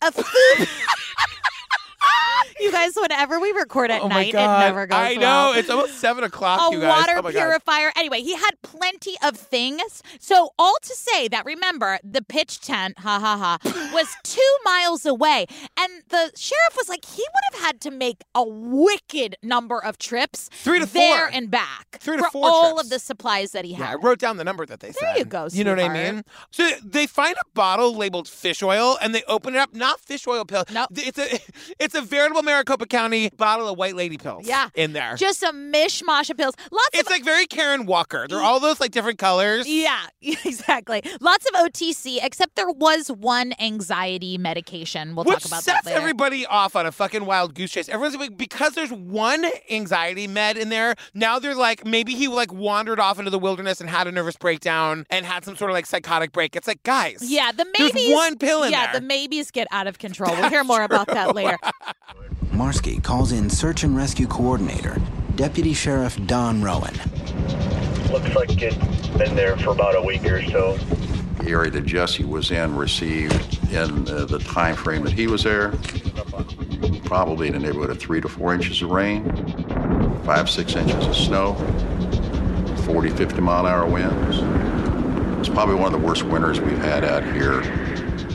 [SPEAKER 2] Of food. you guys, whenever we record at
[SPEAKER 1] oh my
[SPEAKER 2] night,
[SPEAKER 1] god!
[SPEAKER 2] it never goes
[SPEAKER 1] I know
[SPEAKER 2] well.
[SPEAKER 1] it's almost seven o'clock.
[SPEAKER 2] a
[SPEAKER 1] you guys.
[SPEAKER 2] water
[SPEAKER 1] oh my God.
[SPEAKER 2] purifier. Anyway, he had plenty of things. So all to say that remember the pitch tent, ha ha ha, was two miles away, and the sheriff was like he would have had to make a wicked number of trips,
[SPEAKER 1] Three to
[SPEAKER 2] there
[SPEAKER 1] four.
[SPEAKER 2] and back,
[SPEAKER 1] Three to
[SPEAKER 2] for
[SPEAKER 1] four
[SPEAKER 2] all
[SPEAKER 1] trips.
[SPEAKER 2] of the supplies that he
[SPEAKER 1] Yeah, I
[SPEAKER 2] had.
[SPEAKER 1] wrote down the number that they said.
[SPEAKER 2] Ah. There you go,
[SPEAKER 1] You know what I
[SPEAKER 2] sweetheart.
[SPEAKER 1] mean? So they find a bottle labeled fish oil and they open it up, not fish oil pills.
[SPEAKER 2] Nope.
[SPEAKER 1] It's a it's a veritable Maricopa County bottle of white lady pills.
[SPEAKER 2] Yeah.
[SPEAKER 1] In there.
[SPEAKER 2] Just a mishmash of pills, lots of
[SPEAKER 1] it's like very Karen Walker. They're all those like different colors.
[SPEAKER 2] Yeah, exactly. Lots of OTC, except there was one anxiety medication. We'll
[SPEAKER 1] Which
[SPEAKER 2] talk about
[SPEAKER 1] sets
[SPEAKER 2] that later.
[SPEAKER 1] everybody off on a fucking wild goose chase. Everyone's like, because there's one anxiety med in there. Now they're like, maybe he like wandered off into the wilderness and had a nervous breakdown and had some sort of like psychotic break. It's like, guys,
[SPEAKER 2] Yeah, the
[SPEAKER 1] There's
[SPEAKER 2] maybes.
[SPEAKER 1] one pill in
[SPEAKER 2] yeah,
[SPEAKER 1] there.
[SPEAKER 2] the maybes get out of control. We'll hear more about that later.
[SPEAKER 3] Marsky calls in search and rescue coordinator, Deputy Sheriff Don Rowan.
[SPEAKER 10] Looks like it's been there for about a week or so.
[SPEAKER 6] The area that Jesse was in received in uh, the time frame that he was there, probably in the neighborhood of three to four inches of rain, five, six inches of snow, 40, 50 mile an hour winds. It's probably one of the worst winters we've had out here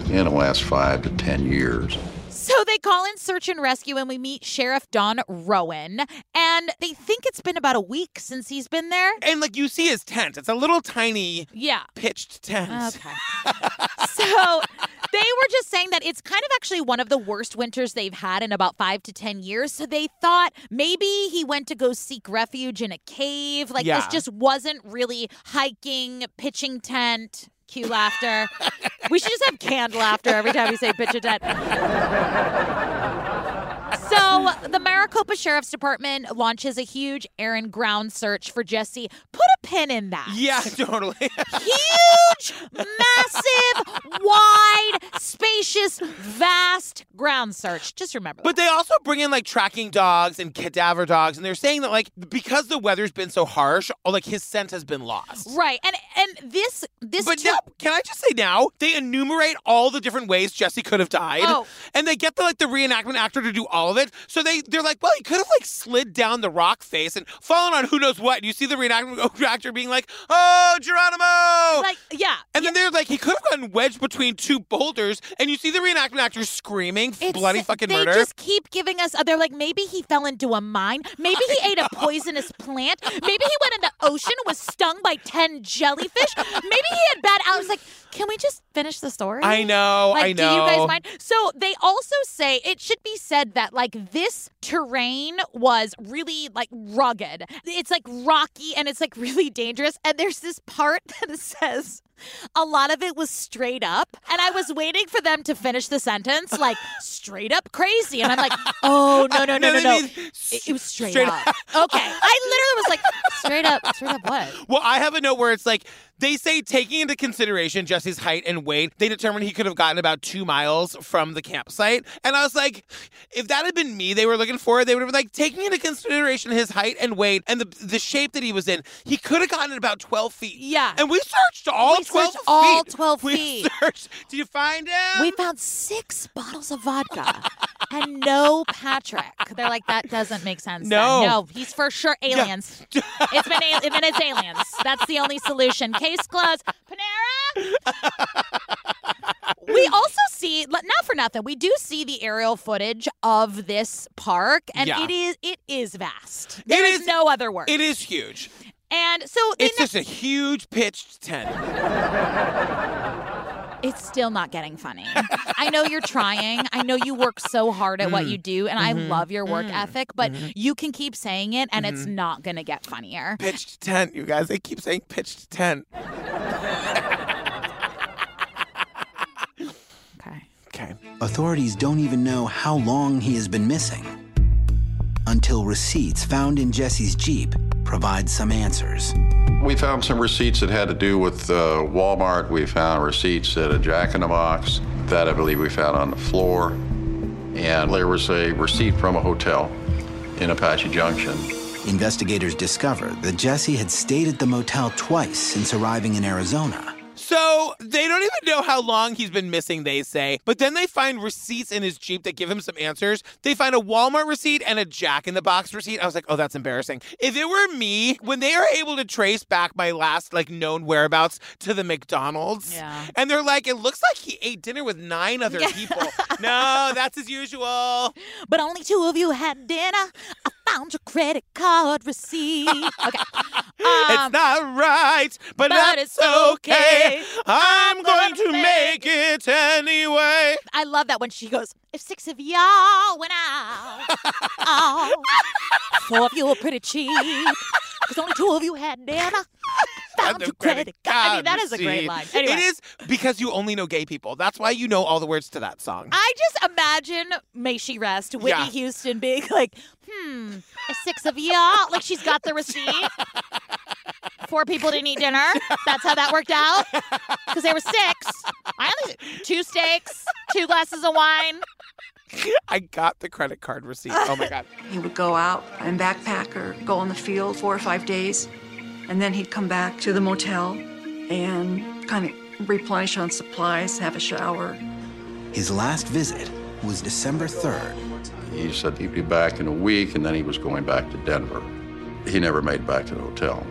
[SPEAKER 6] in the last five to 10 years.
[SPEAKER 2] So they call in search and rescue, and we meet Sheriff Don Rowan, and they think it's been about a week since he's been there.
[SPEAKER 1] And like you see his tent. It's a little tiny
[SPEAKER 2] Yeah.
[SPEAKER 1] pitched tent.
[SPEAKER 2] Okay. so they were just saying that it's kind of actually one of the worst winters they've had in about five to 10 years. So they thought maybe he went to go seek refuge in a cave. Like
[SPEAKER 1] Yeah.
[SPEAKER 2] this just wasn't really hiking, pitching tent. Cue laughter. we should just have canned laughter every time we say pitch a tent. So, the Maricopa Sheriff's Department launches a huge air and ground search for Jesse. Put a pin in that
[SPEAKER 1] Yeah, totally.
[SPEAKER 2] huge, massive, wide, spacious, vast ground search. Just remember.
[SPEAKER 1] but
[SPEAKER 2] that.
[SPEAKER 1] they also bring in like tracking dogs and cadaver dogs, and they're saying that like because the weather's been so harsh, oh, like his scent has been lost.
[SPEAKER 2] right, and and this this
[SPEAKER 1] But
[SPEAKER 2] took-
[SPEAKER 1] now, can I just say now they enumerate all the different ways Jesse could have died,
[SPEAKER 2] Oh.
[SPEAKER 1] and they get the like the reenactment actor to do all of it. So they they're like, well, he could have like slid down the rock face and fallen on who knows what. And you see the reenactment actor being like, oh, Geronimo,
[SPEAKER 2] like yeah.
[SPEAKER 1] And then they're like, he could have gotten wedged between two boulders, and you see the reenactment actor screaming f-
[SPEAKER 2] It's-
[SPEAKER 1] bloody fucking
[SPEAKER 2] they
[SPEAKER 1] murder.
[SPEAKER 2] just keep giving us. They're like, maybe he fell into a mine. Maybe he ate a poisonous plant. Maybe he went in the ocean, was stung by ten jellyfish. Maybe he had bad. I was like, Can we just finish the story?
[SPEAKER 1] I know,
[SPEAKER 2] Like,
[SPEAKER 1] I know.
[SPEAKER 2] Do you guys mind? So they also say it should be said that like this terrain was really like rugged. It's like rocky and it's like really dangerous. And there's this part that says a lot of it was straight up. And I was waiting for them to finish the sentence like straight up crazy. And I'm like, oh no no no no
[SPEAKER 1] that
[SPEAKER 2] no.
[SPEAKER 1] means
[SPEAKER 2] It, it was straight,
[SPEAKER 1] straight
[SPEAKER 2] up. okay. I literally was like straight up straight up what?
[SPEAKER 1] Well, I have a note where it's like they say taking into consideration Jesse's height and weight, they determined he could have gotten about two miles from the campsite. And I was like, if that had been me, they were looking for, they would have been like taking into consideration his height and weight and the the shape that he was in. He could have gotten about twelve feet.
[SPEAKER 2] Yeah.
[SPEAKER 1] And we searched all
[SPEAKER 2] We
[SPEAKER 1] twelve
[SPEAKER 2] searched
[SPEAKER 1] feet.
[SPEAKER 2] all 12
[SPEAKER 1] We
[SPEAKER 2] feet.
[SPEAKER 1] searched. Did you find him?
[SPEAKER 2] We found six bottles of vodka and no Patrick. They're like, that doesn't make sense. then.
[SPEAKER 1] No.
[SPEAKER 2] No, he's for sure aliens. it's been al- it it's aliens. That's the only solution. Case closed. Panera. we also see, l- not for nothing, we do see the aerial footage of this park, and
[SPEAKER 1] Yeah.
[SPEAKER 2] it is it is vast. There is
[SPEAKER 1] is-
[SPEAKER 2] no other word.
[SPEAKER 1] it is huge.
[SPEAKER 2] and so they
[SPEAKER 1] It's
[SPEAKER 2] ne-
[SPEAKER 1] just a huge pitched tent.
[SPEAKER 2] It's still not getting funny. I know you're trying. I know you work so hard at what you do, and I love your work ethic, but you can keep saying it, and it's not going to get funnier.
[SPEAKER 1] Pitched tent, you guys. They keep saying pitched tent.
[SPEAKER 2] Okay.
[SPEAKER 1] Okay.
[SPEAKER 3] Authorities don't even know how long he has been missing until receipts found in Jesse's Jeep provide some answers.
[SPEAKER 6] We found some receipts that had to do with uh, Walmart. We found receipts at a Jack in the Box that I believe we found on the floor. And there was a receipt from a hotel in Apache Junction.
[SPEAKER 3] Investigators discover that Jesse had stayed at the motel twice since arriving in Arizona.
[SPEAKER 1] So they don't even know how long he's been missing, they say. But then they find receipts in his Jeep that give him some answers. They find a Walmart receipt and a Jack in the Box receipt. I was like, oh, that's embarrassing. If it were me, when they are able to trace back my last like known whereabouts to the McDonald's,
[SPEAKER 2] Yeah.
[SPEAKER 1] and they're like, it looks like he ate dinner with nine other people. no, that's as usual.
[SPEAKER 2] But only two of you had dinner. I found your credit card receipt. Okay. Um,
[SPEAKER 1] it's not right, but,
[SPEAKER 2] but
[SPEAKER 1] that's
[SPEAKER 2] it's okay.
[SPEAKER 1] okay. I'm going
[SPEAKER 2] gonna
[SPEAKER 1] to
[SPEAKER 2] make
[SPEAKER 1] make it anyway.
[SPEAKER 2] I love that when she goes, if six of y'all went out, oh, four of you were pretty cheap. Because only two of you had dinner. Found your credit card. I mean, that is a
[SPEAKER 1] receipt.
[SPEAKER 2] great line. Anyway.
[SPEAKER 1] It is because you only know gay people. That's why you know all the words to that song.
[SPEAKER 2] I just imagine May She Rest, Whitney
[SPEAKER 1] Yeah.
[SPEAKER 2] Houston being like, hmm, a six of y'all. Like she's got the receipt. Four people didn't eat dinner. That's how that worked out. Because there were six. I only two steaks, two glasses of wine.
[SPEAKER 1] I got the credit card receipt. Oh my god.
[SPEAKER 4] He would go out and backpack or go on the field four or five days, and then he'd come back to the motel and kind of replenish on supplies, have a shower.
[SPEAKER 3] His last visit was December 3rd.
[SPEAKER 6] He said he'd be back in a week, and then he was going back to Denver. He never made it back to the hotel.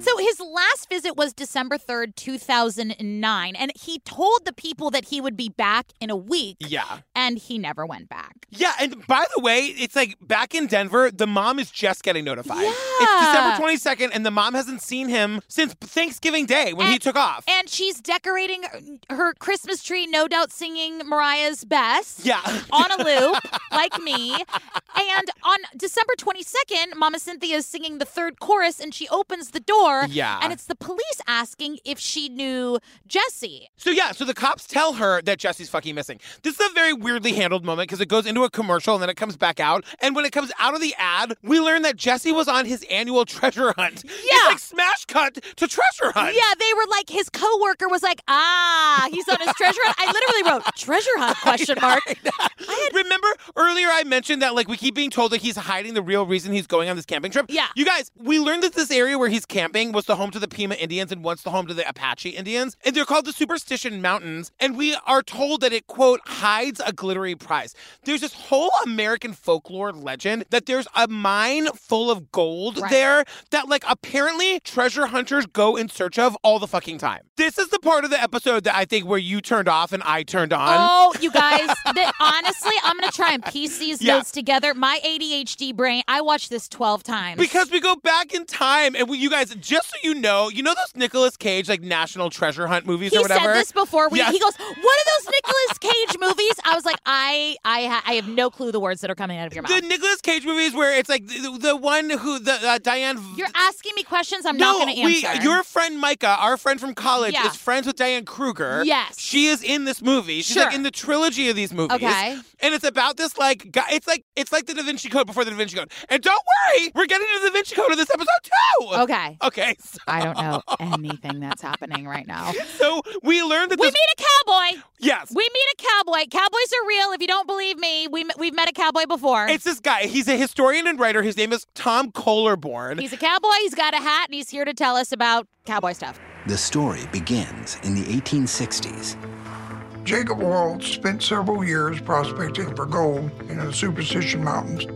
[SPEAKER 2] So his last visit was December 3rd, 2009. And he told the people that he would be back in a week.
[SPEAKER 1] Yeah.
[SPEAKER 2] And he never went back.
[SPEAKER 1] Yeah, and by the way, it's like back in Denver, the mom is just getting notified. It's December 22nd, and the mom hasn't seen him since Thanksgiving Day when he
[SPEAKER 2] And-
[SPEAKER 1] took off.
[SPEAKER 2] And she's decorating her Christmas tree, no doubt singing Mariah's Best.
[SPEAKER 1] yeah.
[SPEAKER 2] on a loop, like me. And on December 22nd, Mama Cynthia is singing the third chorus and she opens the door.
[SPEAKER 1] Yeah.
[SPEAKER 2] And it's the police asking if she knew Jesse.
[SPEAKER 1] So yeah, so the cops tell her that Jesse's fucking missing. This is a very weirdly handled moment because it goes into a commercial and then it comes back out. And when it comes out of the ad, we learn that Jesse was on his annual treasure hunt.
[SPEAKER 2] Yeah.
[SPEAKER 1] It's like smash cut to treasure hunt.
[SPEAKER 2] Yeah, they were like his coworker was like, ah, he's on his treasure hunt. I literally wrote treasure hunt question mark.
[SPEAKER 1] Remember earlier I mentioned that like we keep being told that he's hiding the real reason he's going on this camping trip.
[SPEAKER 2] Yeah.
[SPEAKER 1] You guys, we learned that this area where he's camping was the home to the Pima Indians and once the home to the Apache Indians, and they're called the Superstition Mountains. And we are told that it quote hides a glittery prize. There's this whole American folklore legend that there's a mine full of gold
[SPEAKER 2] Right.
[SPEAKER 1] there that like apparently treasure hunters go in search of all the fucking time. This is the part of the episode that I think where you turned off and I turned on.
[SPEAKER 2] Oh, you guys, that, honestly, I'm going to try and piece these
[SPEAKER 1] Yeah.
[SPEAKER 2] notes together. My ADHD brain. I watched this 12 times.
[SPEAKER 1] Because we go back in time, and we, you guys, just so you know, you know those Nicolas Cage like National Treasure Hunt movies
[SPEAKER 2] he
[SPEAKER 1] or whatever.
[SPEAKER 2] said this before. We,
[SPEAKER 1] Yes.
[SPEAKER 2] He goes, "What are those Nicolas Cage movies?" I was like, "I, I, ha- I have no clue the words that are coming out of your mouth."
[SPEAKER 1] the Nicolas Cage movies where it's like the, the one who the uh, Diane.
[SPEAKER 2] You're asking me questions I'm
[SPEAKER 1] no,
[SPEAKER 2] not going to answer.
[SPEAKER 1] we. Your friend Micah, our friend from college,
[SPEAKER 2] Yeah.
[SPEAKER 1] is friends with Diane Kruger.
[SPEAKER 2] Yes.
[SPEAKER 1] she is in this movie. She's
[SPEAKER 2] Sure.
[SPEAKER 1] like in the trilogy of these movies.
[SPEAKER 2] Okay.
[SPEAKER 1] and it's about this like guy. It's like it's like the Da Vinci Code before the Da Vinci Code. And don't worry, we're getting to the Da Vinci Code in this episode too.
[SPEAKER 2] okay.
[SPEAKER 1] Okay, so,
[SPEAKER 2] I don't know anything that's happening right now.
[SPEAKER 1] so we learned that
[SPEAKER 2] We
[SPEAKER 1] this.
[SPEAKER 2] meet a cowboy.
[SPEAKER 1] yes.
[SPEAKER 2] We meet a cowboy. Cowboys are real. If you don't believe me, we m- we've met a cowboy before.
[SPEAKER 1] it's this guy. He's a historian and writer. His name is Tom Kohlerborn.
[SPEAKER 2] he's a cowboy. He's got a hat, and he's here to tell us about cowboy stuff.
[SPEAKER 3] The story begins in the 1860s.
[SPEAKER 5] Jacob Wald spent several years prospecting for gold in the Superstition Mountains.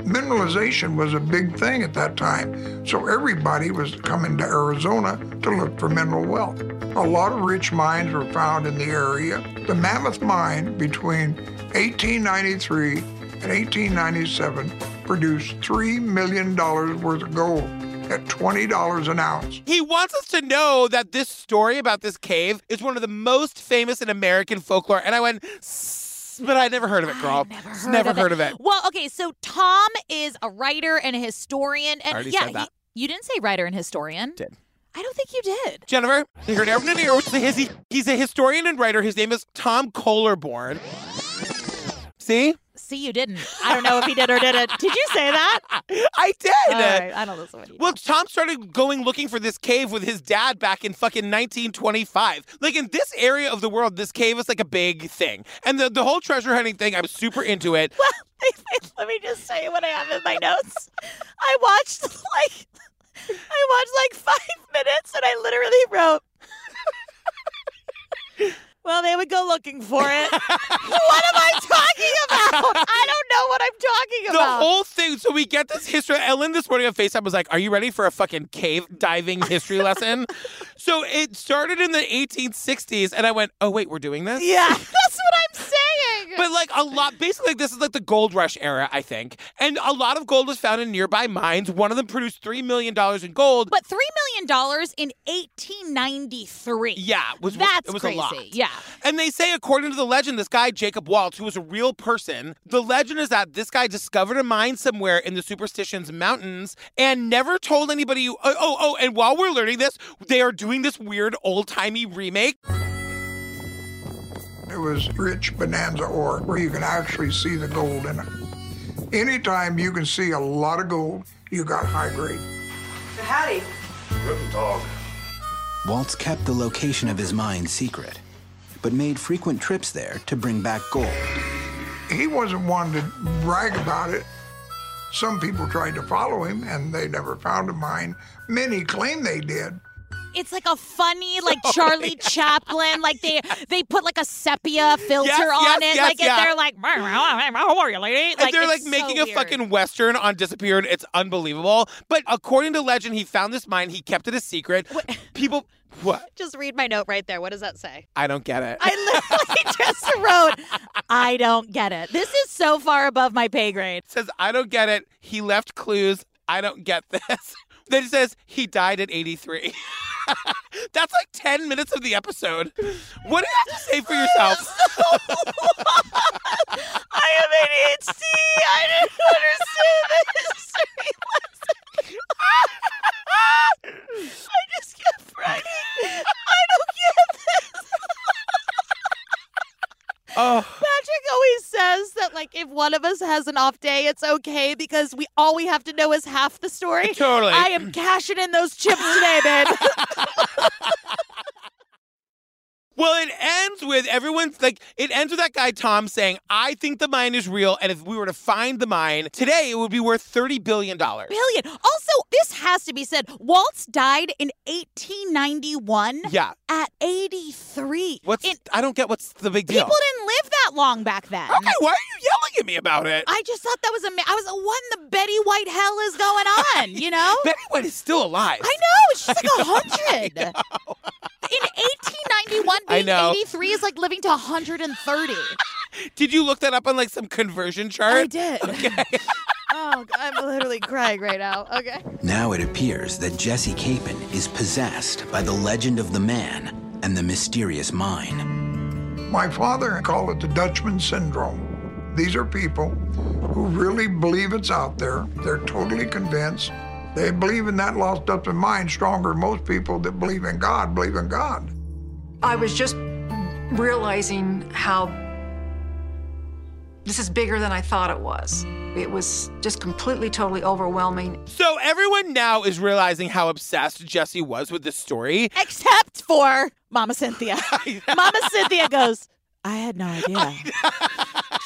[SPEAKER 5] Mineralization was a big thing at that time, so everybody was coming to Arizona to look for mineral wealth. A lot of rich mines were found in the area. The Mammoth Mine between 1893 and 1897 produced $3 million worth of gold at $20 an ounce.
[SPEAKER 1] He wants us to know that this story about this cave is one of the most famous in American folklore. And I went, "S- but I never heard of it, girl.
[SPEAKER 2] Never
[SPEAKER 1] S-
[SPEAKER 2] heard,
[SPEAKER 1] never
[SPEAKER 2] of,
[SPEAKER 1] heard
[SPEAKER 2] it.
[SPEAKER 1] of it.
[SPEAKER 2] Well, okay, so Tom is a writer and a historian, and
[SPEAKER 1] already
[SPEAKER 2] yeah,
[SPEAKER 1] said that.
[SPEAKER 2] He, you didn't say writer and historian.
[SPEAKER 1] Did.
[SPEAKER 2] I don't think you did.
[SPEAKER 1] Jennifer, you heard everyone in here. He's a- He's a historian and writer. His name is Tom Kohlerborn. See?
[SPEAKER 2] See, you didn't. I don't know if he did or didn't. Did you say that?
[SPEAKER 1] I did.
[SPEAKER 2] All right, I don't listen. to what you
[SPEAKER 1] Well, Tom started going looking for this cave with his dad back in fucking 1925. Like in this area of the world, this cave is like a big thing. And the, the whole treasure hunting thing, I'm super into it.
[SPEAKER 2] Let me just tell you what I have in my notes. I watched like I watched like five minutes and I literally wrote Well, they would go looking for it. what am I talking about? I don't know what I'm talking
[SPEAKER 1] The
[SPEAKER 2] about.
[SPEAKER 1] whole thing. So we get this history. Ellen this morning on FaceTime was like, Are you ready for a fucking cave diving history lesson? so it started in the 1860s, and I went, Oh, wait, we're doing this?
[SPEAKER 2] yeah, that's what I'm saying.
[SPEAKER 1] But like a lot, basically, like, this is like the gold rush era, I think. And a lot of gold was found in nearby mines. One of them produced $3 million in gold.
[SPEAKER 2] but $3 million in 1893.
[SPEAKER 1] yeah, was,
[SPEAKER 2] That's
[SPEAKER 1] it was
[SPEAKER 2] crazy.
[SPEAKER 1] a lot.
[SPEAKER 2] Yeah.
[SPEAKER 1] And they say, according to the legend, this guy, Jacob Waltz, who was a real person, the legend is that this guy discovered a mine somewhere in the Superstitions Mountains and never told anybody. Oh, oh, oh, and while we're learning this, they are doing this weird old timey remake.
[SPEAKER 5] It was rich bonanza ore where you can actually see the gold in it. Anytime you can see a lot of gold, you got high grade.
[SPEAKER 4] Howdy.
[SPEAKER 3] Waltz kept the location of his mine secret, but made frequent trips there to bring back gold.
[SPEAKER 5] He wasn't one to brag about it. Some people tried to follow him and they never found a mine. Many claim they did.
[SPEAKER 2] It's like a funny, like Charlie Chaplin. Like they they put like a sepia filter
[SPEAKER 1] Yes,
[SPEAKER 2] on
[SPEAKER 1] yes,
[SPEAKER 2] it.
[SPEAKER 1] yes,
[SPEAKER 2] like
[SPEAKER 1] yeah.
[SPEAKER 2] and they're like, "Meow, meow, meow, meow, how are you, lady?
[SPEAKER 1] And they're like
[SPEAKER 2] it's
[SPEAKER 1] making
[SPEAKER 2] so
[SPEAKER 1] a
[SPEAKER 2] weird.
[SPEAKER 1] fucking Western on Disappeared. It's unbelievable. But according to legend, he found this mine. He kept it a secret. People, what?
[SPEAKER 2] Just read my note right there. What does that say?
[SPEAKER 1] I don't get it.
[SPEAKER 2] I literally just wrote, I don't get it. This is so far above my pay grade.
[SPEAKER 1] says, I don't get it. He left clues. I don't get this. then it says, he died at 83. That's like 10 minutes of the episode. What do you have to say for yourself?
[SPEAKER 2] I have ADHD. I didn't understand the history lesson. I just kept writing. I don't get this.
[SPEAKER 1] Oh,
[SPEAKER 2] Patrick always says that like if one of us has an off day, it's okay because we all we have to know is half the story.
[SPEAKER 1] totally.
[SPEAKER 2] I am cashing in those chips today, man.
[SPEAKER 1] Well, it ends with everyone's like, it ends with that guy Tom saying, I think the mine is real. And if we were to find the mine today, it would be worth $30 billion.
[SPEAKER 2] Billion. Also, this has to be said. Waltz died in 1891
[SPEAKER 1] Yeah.
[SPEAKER 2] at 83.
[SPEAKER 1] What's,
[SPEAKER 2] In-
[SPEAKER 1] I don't get what's the big deal.
[SPEAKER 2] people didn't live that long back then.
[SPEAKER 1] okay, why are you yelling at me about it?
[SPEAKER 2] I just thought that was amazing. I was like, what in the Betty White hell is going on? You know?
[SPEAKER 1] Betty White is still alive.
[SPEAKER 2] I know. She's like a hundred. In 1891,
[SPEAKER 1] I
[SPEAKER 2] being
[SPEAKER 1] know.
[SPEAKER 2] 83 is like living to 130.
[SPEAKER 1] Did you look that up on like some conversion chart?
[SPEAKER 2] I did. Oh God. literally crying right now. Okay.
[SPEAKER 3] Now it appears that Jesse Capon is possessed by the legend of the man and the mysterious mine.
[SPEAKER 5] My father called it the Dutchman syndrome. These are people who really believe it's out there. They're totally convinced. They believe in that lost Dutchman mind stronger than most people that believe in God believe in God.
[SPEAKER 4] I was just realizing how this is bigger than I thought it was. It was just completely, totally overwhelming.
[SPEAKER 1] So everyone now is realizing how obsessed Jesse was with this story.
[SPEAKER 2] Except for Mama Cynthia. Mama Cynthia goes,
[SPEAKER 9] I had no idea.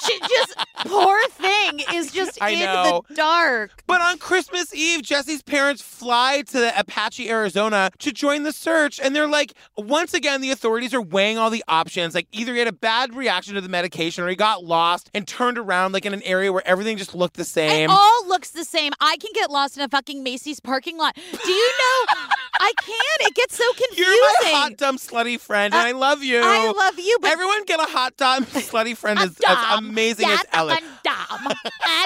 [SPEAKER 2] she just, poor thing, is just
[SPEAKER 1] I
[SPEAKER 2] in
[SPEAKER 1] know.
[SPEAKER 2] the dark.
[SPEAKER 1] But on Christmas Eve, Jesse's parents fly to the Apache, Arizona to join the search. And they're like, once again, the authorities are weighing all the options. Like, either he had a bad reaction to the medication or he got lost and turned around, like in an area where everything just looked the
[SPEAKER 2] It
[SPEAKER 1] same.
[SPEAKER 2] all looks the same. I can get lost in a fucking Macy's parking lot. Do you know? I can. It gets so confusing.
[SPEAKER 1] You're my hot, dumb, slutty friend, and I love you.
[SPEAKER 2] Uh, I love you, but
[SPEAKER 1] Everyone get a hot, dumb, slutty friend
[SPEAKER 2] I'm
[SPEAKER 1] as, as
[SPEAKER 2] dumb.
[SPEAKER 1] amazing as
[SPEAKER 2] Yes,
[SPEAKER 1] Ellen.
[SPEAKER 2] I'm dumb. And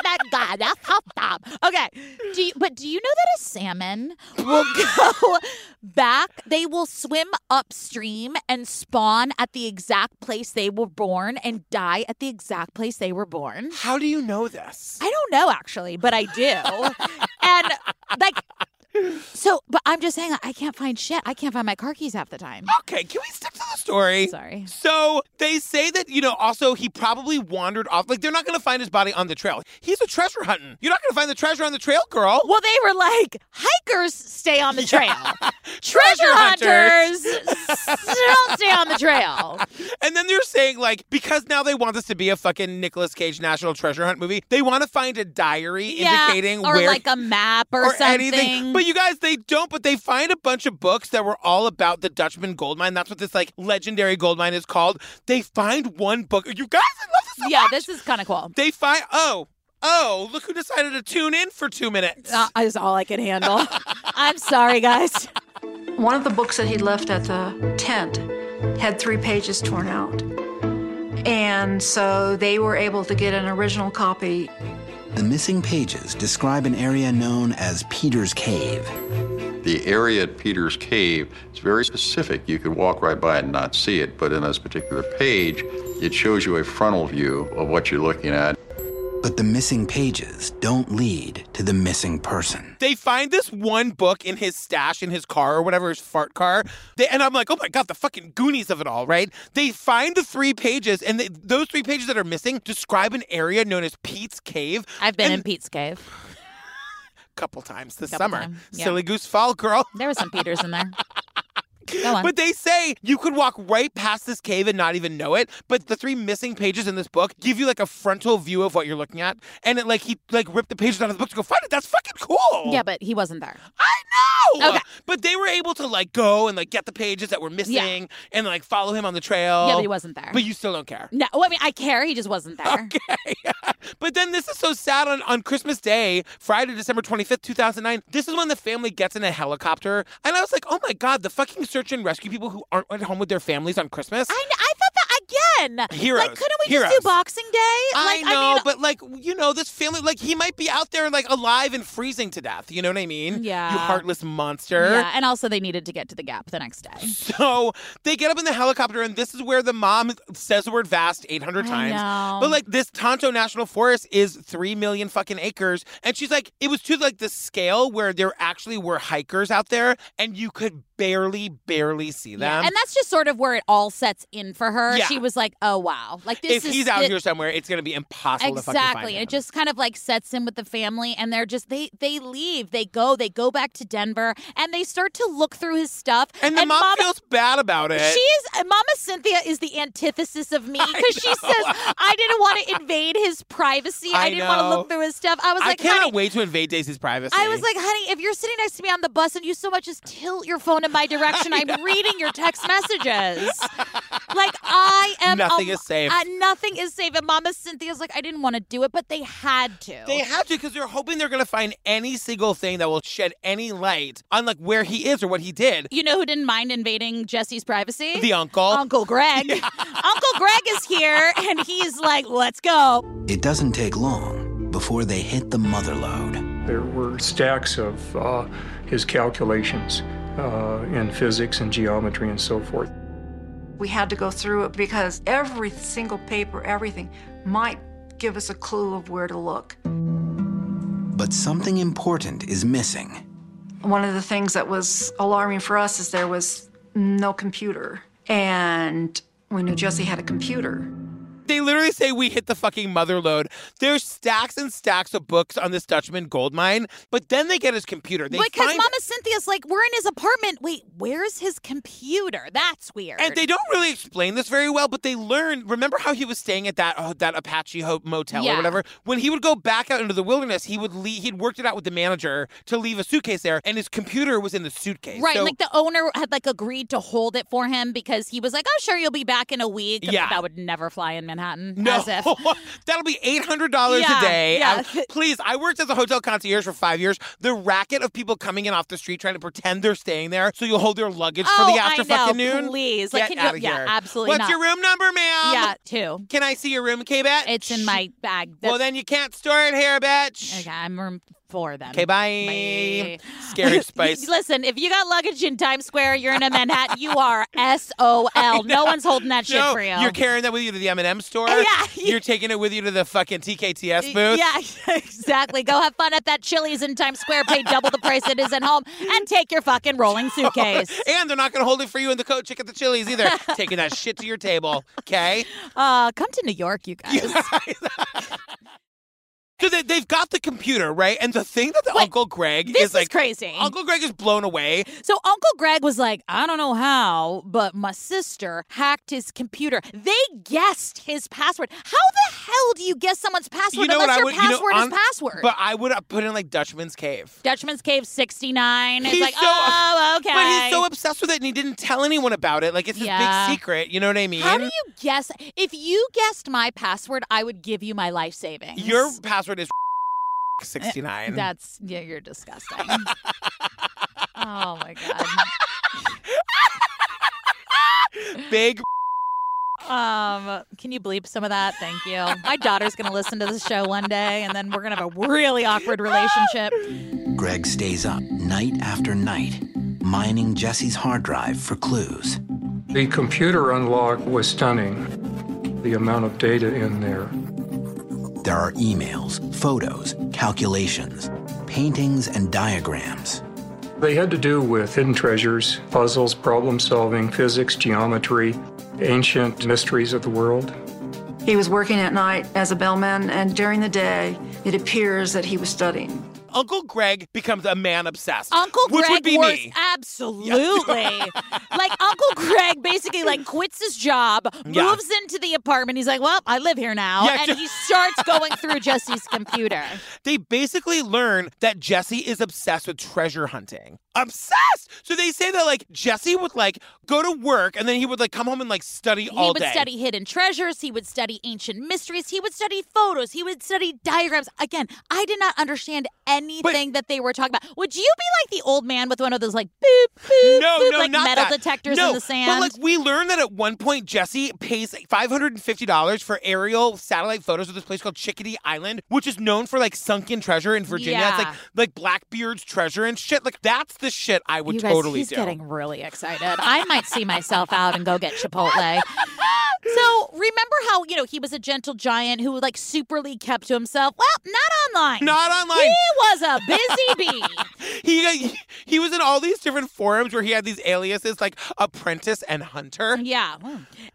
[SPEAKER 2] I'm God. That's how dumb. Okay. Do you, but do you know that a salmon will go back? They will swim upstream and spawn at the exact place they were born and die at the exact place they were born.
[SPEAKER 1] How do you know this?
[SPEAKER 2] I don't know actually, but I do. and like so, but I'm just saying like, I can't find shit. I can't find my car keys half the time.
[SPEAKER 1] Okay, can we stick to the story?
[SPEAKER 2] Sorry.
[SPEAKER 1] So they say that, you know, also he probably wandered off. Like, they're not going to find his body on the trail. He's a treasure hunting. You're not going to find the treasure on the trail, girl.
[SPEAKER 2] Well, they were like, hikers stay on the trail.
[SPEAKER 1] Treasure
[SPEAKER 2] Treasure
[SPEAKER 1] hunters.
[SPEAKER 2] hunters s- don't stay on the trail.
[SPEAKER 1] And then they're saying, like, because now they want this to be a fucking Nicolas Cage National Treasure Hunt movie, they want to find a diary indicating
[SPEAKER 2] or
[SPEAKER 1] where.
[SPEAKER 2] like a map or, something.
[SPEAKER 1] But you guys, they don't, but they find a bunch of books that were all about the Dutchman gold mine. That's what this like legendary gold mine is called. They find one book. You guys, I love this so
[SPEAKER 2] yeah,
[SPEAKER 1] much.
[SPEAKER 2] this is kind of cool.
[SPEAKER 1] They find oh, oh, look who decided to tune in for two minutes.
[SPEAKER 2] Uh, is all I can handle. I'm sorry, guys.
[SPEAKER 4] One of the books that he left at the tent had three pages torn out. And so they were able to get an original copy.
[SPEAKER 3] The missing pages describe an area known as Peter's Cave.
[SPEAKER 6] The area at Peter's Cave is very specific. You could walk right by and not see it, but in this particular page, it shows you a frontal view of what you're looking at.
[SPEAKER 3] But the missing pages don't lead to the missing person.
[SPEAKER 1] They find this one book in his stash in his car or whatever his fart car. They, and I'm like, oh my god, the fucking Goonies of it all, right? They find the three pages, and they, those three pages that are missing describe an area known as Pete's Cave.
[SPEAKER 2] I've been in
[SPEAKER 1] And-
[SPEAKER 2] Pete's cave.
[SPEAKER 1] a couple times this
[SPEAKER 2] Couple
[SPEAKER 1] summer.
[SPEAKER 2] time, yeah.
[SPEAKER 1] Silly goose fall, girl.
[SPEAKER 2] There was some Peters in there. Go on.
[SPEAKER 1] But they say you could walk right past this cave and not even know it. But the three missing pages in this book give you like a frontal view of what you're looking at. And it like he like ripped the pages out of the book to go find it. That's fucking cool.
[SPEAKER 2] yeah, but he wasn't there.
[SPEAKER 1] I know.
[SPEAKER 2] Okay.
[SPEAKER 1] But they were able to like go and like get the pages that were missing and like follow him on the trail.
[SPEAKER 2] Yeah, but he wasn't there.
[SPEAKER 1] But you still don't care.
[SPEAKER 2] No, I mean, I care. He just wasn't there.
[SPEAKER 1] But then this is so sad on, on Christmas Day, Friday, December 25th, 2009. This is when the family gets in a helicopter. And I was like, oh my God, the fucking search and rescue people who aren't at home with their families on Christmas.
[SPEAKER 2] I, I thought that again.
[SPEAKER 1] Heroes.
[SPEAKER 2] Like, couldn't we
[SPEAKER 1] Heroes.
[SPEAKER 2] just do Boxing Day?
[SPEAKER 1] I
[SPEAKER 2] Like,
[SPEAKER 1] know,
[SPEAKER 2] I mean,
[SPEAKER 1] but like, you know, this family, like, he might be out there, like, alive and freezing to death. You know what I mean?
[SPEAKER 2] Yeah.
[SPEAKER 1] You heartless monster.
[SPEAKER 2] yeah, and also they needed to get to the Gap the next day.
[SPEAKER 1] So they get up in the helicopter, and this is where the mom says the word vast 800
[SPEAKER 2] I
[SPEAKER 1] times.
[SPEAKER 2] know.
[SPEAKER 1] But like this Tonto National Forest is 3 million fucking acres. And she's like, it was to like the scale where there actually were hikers out there, and you could barely, barely see them.
[SPEAKER 2] Yeah, and that's just sort of where it all sets in for her.
[SPEAKER 1] Yeah.
[SPEAKER 2] She was like, "Oh wow, like this
[SPEAKER 1] if
[SPEAKER 2] is
[SPEAKER 1] he's out
[SPEAKER 2] the-
[SPEAKER 1] here somewhere, it's going to be impossible to fucking find
[SPEAKER 2] exactly."
[SPEAKER 1] him.
[SPEAKER 2] It just kind of like sets in with the family, and they're just they they leave, they go, they go back to Denver, and they start to look through his stuff.
[SPEAKER 1] and the mom
[SPEAKER 2] Mama,
[SPEAKER 1] feels bad about it.
[SPEAKER 2] she is and Mama Cynthia is the antithesis of me because she says I didn't want to invade his privacy. I,
[SPEAKER 1] I
[SPEAKER 2] didn't want to
[SPEAKER 1] know.
[SPEAKER 2] look through his stuff. I was
[SPEAKER 1] I
[SPEAKER 2] like,
[SPEAKER 1] cannot
[SPEAKER 2] honey,
[SPEAKER 1] wait to invade Daisy's privacy.
[SPEAKER 2] I was like, honey, if you're sitting next to me on the bus and you so much as tilt your phone in my direction, I'm reading your text messages. like I am.
[SPEAKER 1] Nothing
[SPEAKER 2] a-
[SPEAKER 1] is safe.
[SPEAKER 2] uh, nothing is safe. And Mama Cynthia's like, I didn't want to do it, but they had to.
[SPEAKER 1] They have to because they're hoping they're going to find any single thing that will shed any light on like where he is or what he did.
[SPEAKER 2] you know who didn't mind invading Jesse's privacy?
[SPEAKER 1] The uncle.
[SPEAKER 2] Uncle Greg. Uncle Greg is here, and he's like, let's go.
[SPEAKER 3] It doesn't take long before they hit the mother lode.
[SPEAKER 11] There were stacks of uh, his calculations uh, in physics and geometry and so forth.
[SPEAKER 4] We had to go through it because every single paper, everything, might give us a clue of where to look.
[SPEAKER 3] But something important is missing.
[SPEAKER 4] One of the things that was alarming for us is there was no computer. And we knew Jesse had a computer.
[SPEAKER 1] They literally say we hit the fucking mother load. There's stacks and stacks of books on this Dutchman gold mine, but then they get his computer. They
[SPEAKER 2] because
[SPEAKER 1] find-
[SPEAKER 2] Mama Cynthia's like, we're in his apartment. Wait, where's his computer? That's weird.
[SPEAKER 1] and they don't really explain this very well, but they learn. Remember how he was staying at that oh, that Apache Hope motel or
[SPEAKER 2] Yeah.
[SPEAKER 1] whatever? When he would go back out into the wilderness, he would leave, he'd worked it out with the manager to leave a suitcase there, and his computer was in the suitcase.
[SPEAKER 2] Right,
[SPEAKER 1] So-
[SPEAKER 2] and, like the owner had like agreed to hold it for him because he was like, "Oh, sure, you'll be back in a week."
[SPEAKER 1] Yeah.
[SPEAKER 2] that would never fly in Manhattan.
[SPEAKER 1] No,
[SPEAKER 2] as if.
[SPEAKER 1] that'll be eight hundred dollars
[SPEAKER 2] Yeah,
[SPEAKER 1] a day.
[SPEAKER 2] yeah.
[SPEAKER 1] Um, please, I worked as a hotel concierge for five years. The racket of people coming in off the street trying to pretend they're staying there, so you'll hold their luggage for
[SPEAKER 2] Oh,
[SPEAKER 1] the after
[SPEAKER 2] I know,
[SPEAKER 1] fucking noon.
[SPEAKER 2] please. Like,
[SPEAKER 1] Get
[SPEAKER 2] can you-
[SPEAKER 1] out of
[SPEAKER 2] yeah,
[SPEAKER 1] here.
[SPEAKER 2] absolutely
[SPEAKER 1] What's
[SPEAKER 2] not.
[SPEAKER 1] your room number, ma'am?
[SPEAKER 2] yeah, two.
[SPEAKER 1] Can I see your room, K bet?
[SPEAKER 2] It's in my bag.
[SPEAKER 1] Well,
[SPEAKER 2] That's-
[SPEAKER 1] then you can't store it here, bitch.
[SPEAKER 2] okay, I'm room four then.
[SPEAKER 1] Okay, bye. Scary spice.
[SPEAKER 2] Listen, if you got luggage in Times Square, you're in a Manhattan. You are SOL. No one's holding that shit
[SPEAKER 1] no,
[SPEAKER 2] for you.
[SPEAKER 1] you're carrying that with you to the M&M store.
[SPEAKER 2] Yeah.
[SPEAKER 1] You're taking it with you to the fucking TKTS booth.
[SPEAKER 2] Yeah, exactly. Go have fun at that Chili's in Times Square. Pay double the price it is at home, and take your fucking rolling suitcase.
[SPEAKER 1] And they're not going to hold it for you in the coat chick at the Chili's either. Taking that shit to your table, okay?
[SPEAKER 2] Uh, come to New York, you guys.
[SPEAKER 1] So they, they've got the computer, right? And the thing that the Uncle Greg
[SPEAKER 2] This
[SPEAKER 1] is
[SPEAKER 2] is
[SPEAKER 1] like
[SPEAKER 2] crazy.
[SPEAKER 1] Uncle Greg is blown away.
[SPEAKER 2] So Uncle Greg was like, I don't know how, but my sister hacked his computer. They guessed his password. How the hell do you guess someone's password
[SPEAKER 1] you know what
[SPEAKER 2] unless
[SPEAKER 1] I
[SPEAKER 2] your
[SPEAKER 1] would you know,
[SPEAKER 2] password
[SPEAKER 1] on-
[SPEAKER 2] is password?
[SPEAKER 1] But I would uh, put in like Dutchman's Cave.
[SPEAKER 2] Dutchman's Cave 69. It's
[SPEAKER 1] He's
[SPEAKER 2] like,
[SPEAKER 1] so-
[SPEAKER 2] oh, okay.
[SPEAKER 1] But he's so obsessed with it and he didn't tell anyone about it. Like it's his
[SPEAKER 2] Yeah.
[SPEAKER 1] big secret. You know what I mean?
[SPEAKER 2] How do you guess? If you guessed my password, I would give you eh, my life savings.
[SPEAKER 1] Your password is 69.
[SPEAKER 2] That's yeah, you're disgusting. oh my god.
[SPEAKER 1] big.
[SPEAKER 2] Um, can you bleep some of that? Thank you. My daughter's gonna listen to the show one day, and then we're gonna have a really awkward relationship.
[SPEAKER 3] Greg stays up night after night, mining Jesse's hard drive for clues.
[SPEAKER 11] The computer unlock was stunning, the amount of data in there.
[SPEAKER 3] There are emails, photos, calculations, paintings, and diagrams.
[SPEAKER 11] They had to do with hidden treasures, puzzles, problem solving, physics, geometry, ancient mysteries of the world.
[SPEAKER 4] He was working at night as a bellman, and during the day, it appears that he was studying.
[SPEAKER 1] Uncle Greg becomes a man obsessed.
[SPEAKER 2] Uncle
[SPEAKER 1] which
[SPEAKER 2] Greg
[SPEAKER 1] would be
[SPEAKER 2] was
[SPEAKER 1] me.
[SPEAKER 2] absolutely like Uncle Greg basically like quits his job,
[SPEAKER 1] Yeah.
[SPEAKER 2] moves into the apartment. He's like, "Well, I live here now,"
[SPEAKER 1] Yeah,
[SPEAKER 2] and
[SPEAKER 1] ju-
[SPEAKER 2] he starts going through Jesse's computer.
[SPEAKER 1] they basically learn that Jesse is obsessed with treasure hunting. Obsessed! So they say that like Jesse would like go to work and then he would like come home and like study
[SPEAKER 2] He
[SPEAKER 1] all
[SPEAKER 2] would
[SPEAKER 1] day.
[SPEAKER 2] study hidden treasures. He would study ancient mysteries. He would study photos. He would study diagrams. Again, I did not understand anything that they were talking about. Would you be like the old man with one of those like boop boop,
[SPEAKER 1] no,
[SPEAKER 2] boop,
[SPEAKER 1] no,
[SPEAKER 2] like
[SPEAKER 1] not
[SPEAKER 2] metal
[SPEAKER 1] that.
[SPEAKER 2] detectors
[SPEAKER 1] no,
[SPEAKER 2] in the sand?
[SPEAKER 1] But like we learned that at one point Jesse pays five hundred and fifty dollars for aerial satellite photos of this place called Chickadee Island, which is known for like sunken treasure in Virginia. It's
[SPEAKER 2] Yeah.
[SPEAKER 1] like like Blackbeard's treasure and shit. Like that's the shit I would
[SPEAKER 2] you guys,
[SPEAKER 1] totally
[SPEAKER 2] he's
[SPEAKER 1] do.
[SPEAKER 2] getting really excited. I might see myself out and go get Chipotle. So remember how you know he was a gentle giant who like superly kept to himself. Well, not online.
[SPEAKER 1] Not online.
[SPEAKER 2] He was a busy bee.
[SPEAKER 1] He got- he was in all these different forums where he had these aliases like apprentice and hunter.
[SPEAKER 2] Yeah.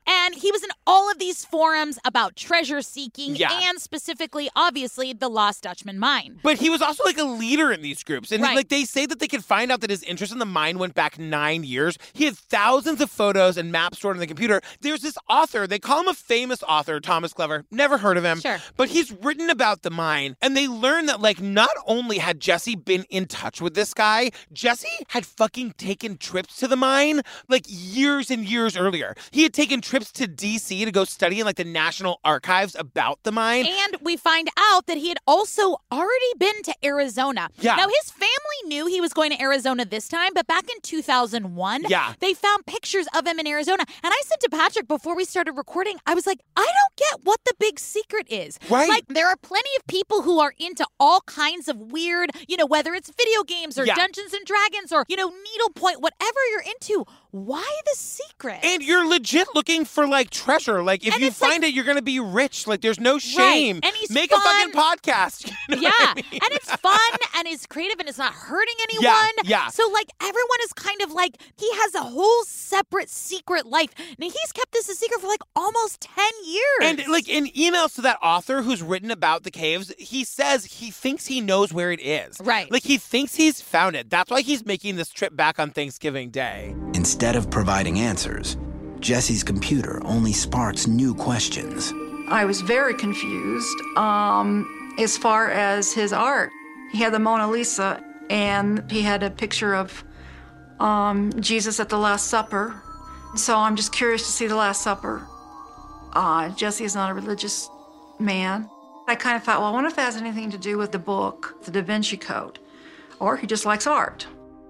[SPEAKER 2] And he was in all of these forums about treasure seeking
[SPEAKER 1] Yeah.
[SPEAKER 2] and specifically, obviously, the Lost Dutchman mine.
[SPEAKER 1] But he was also like a leader in these groups. And
[SPEAKER 2] Right.
[SPEAKER 1] like they say that they could find out that his interest in the mine went back nine years. He had thousands of photos and maps stored on the computer. There's this author, they call him a famous author, Thomas Glover. Never heard of him.
[SPEAKER 2] Sure.
[SPEAKER 1] But he's written about the mine. And they learned that like not only had Jesse been in touch with this guy, Jesse had fucking taken trips to the mine like years and years earlier. He had taken trips to DC to go study in like the National Archives about the mine.
[SPEAKER 2] And we find out that he had also already been to Arizona.
[SPEAKER 1] Yeah.
[SPEAKER 2] Now, his family knew he was going to Arizona this time, but back in 2001,
[SPEAKER 1] Yeah.
[SPEAKER 2] they found pictures of him in Arizona. And I said to Patrick before we started recording, I was like, I don't get what the big secret is.
[SPEAKER 1] Right.
[SPEAKER 2] Like, there are plenty of people who are into all kinds of weird, you know, whether it's video games or
[SPEAKER 1] Yeah.
[SPEAKER 2] Dungeons and Dragons or, you know, needlepoint, whatever you're into. Why the secret?
[SPEAKER 1] And you're legit looking for like treasure. Like if
[SPEAKER 2] And
[SPEAKER 1] you
[SPEAKER 2] it's like-
[SPEAKER 1] find it, you're gonna be rich. Like there's no shame.
[SPEAKER 2] And he's
[SPEAKER 1] Make
[SPEAKER 2] fun.
[SPEAKER 1] a fucking podcast. You know
[SPEAKER 2] yeah,
[SPEAKER 1] what I mean?
[SPEAKER 2] and it's fun and it's creative and it's not hurting anyone.
[SPEAKER 1] Yeah, yeah.
[SPEAKER 2] So like everyone is kind of like he has a whole separate secret life. Now he's kept this a secret for like almost ten years.
[SPEAKER 1] And like in emails to that author who's written about the caves, he says he thinks he knows where it is.
[SPEAKER 2] Right.
[SPEAKER 1] Like he thinks he's found it. That's why he's making this trip back on Thanksgiving Day.
[SPEAKER 3] Instead of providing answers, Jesse's computer only sparks new questions.
[SPEAKER 4] I was very confused um, as far as his art. He had the Mona Lisa, and he had a picture of um, Jesus at the Last Supper. So I'm just curious to see the Last Supper. Uh, Jesse is not a religious man. I kind of thought, well, I wonder if that has anything to do with the book, The Da Vinci Code, or he just likes art.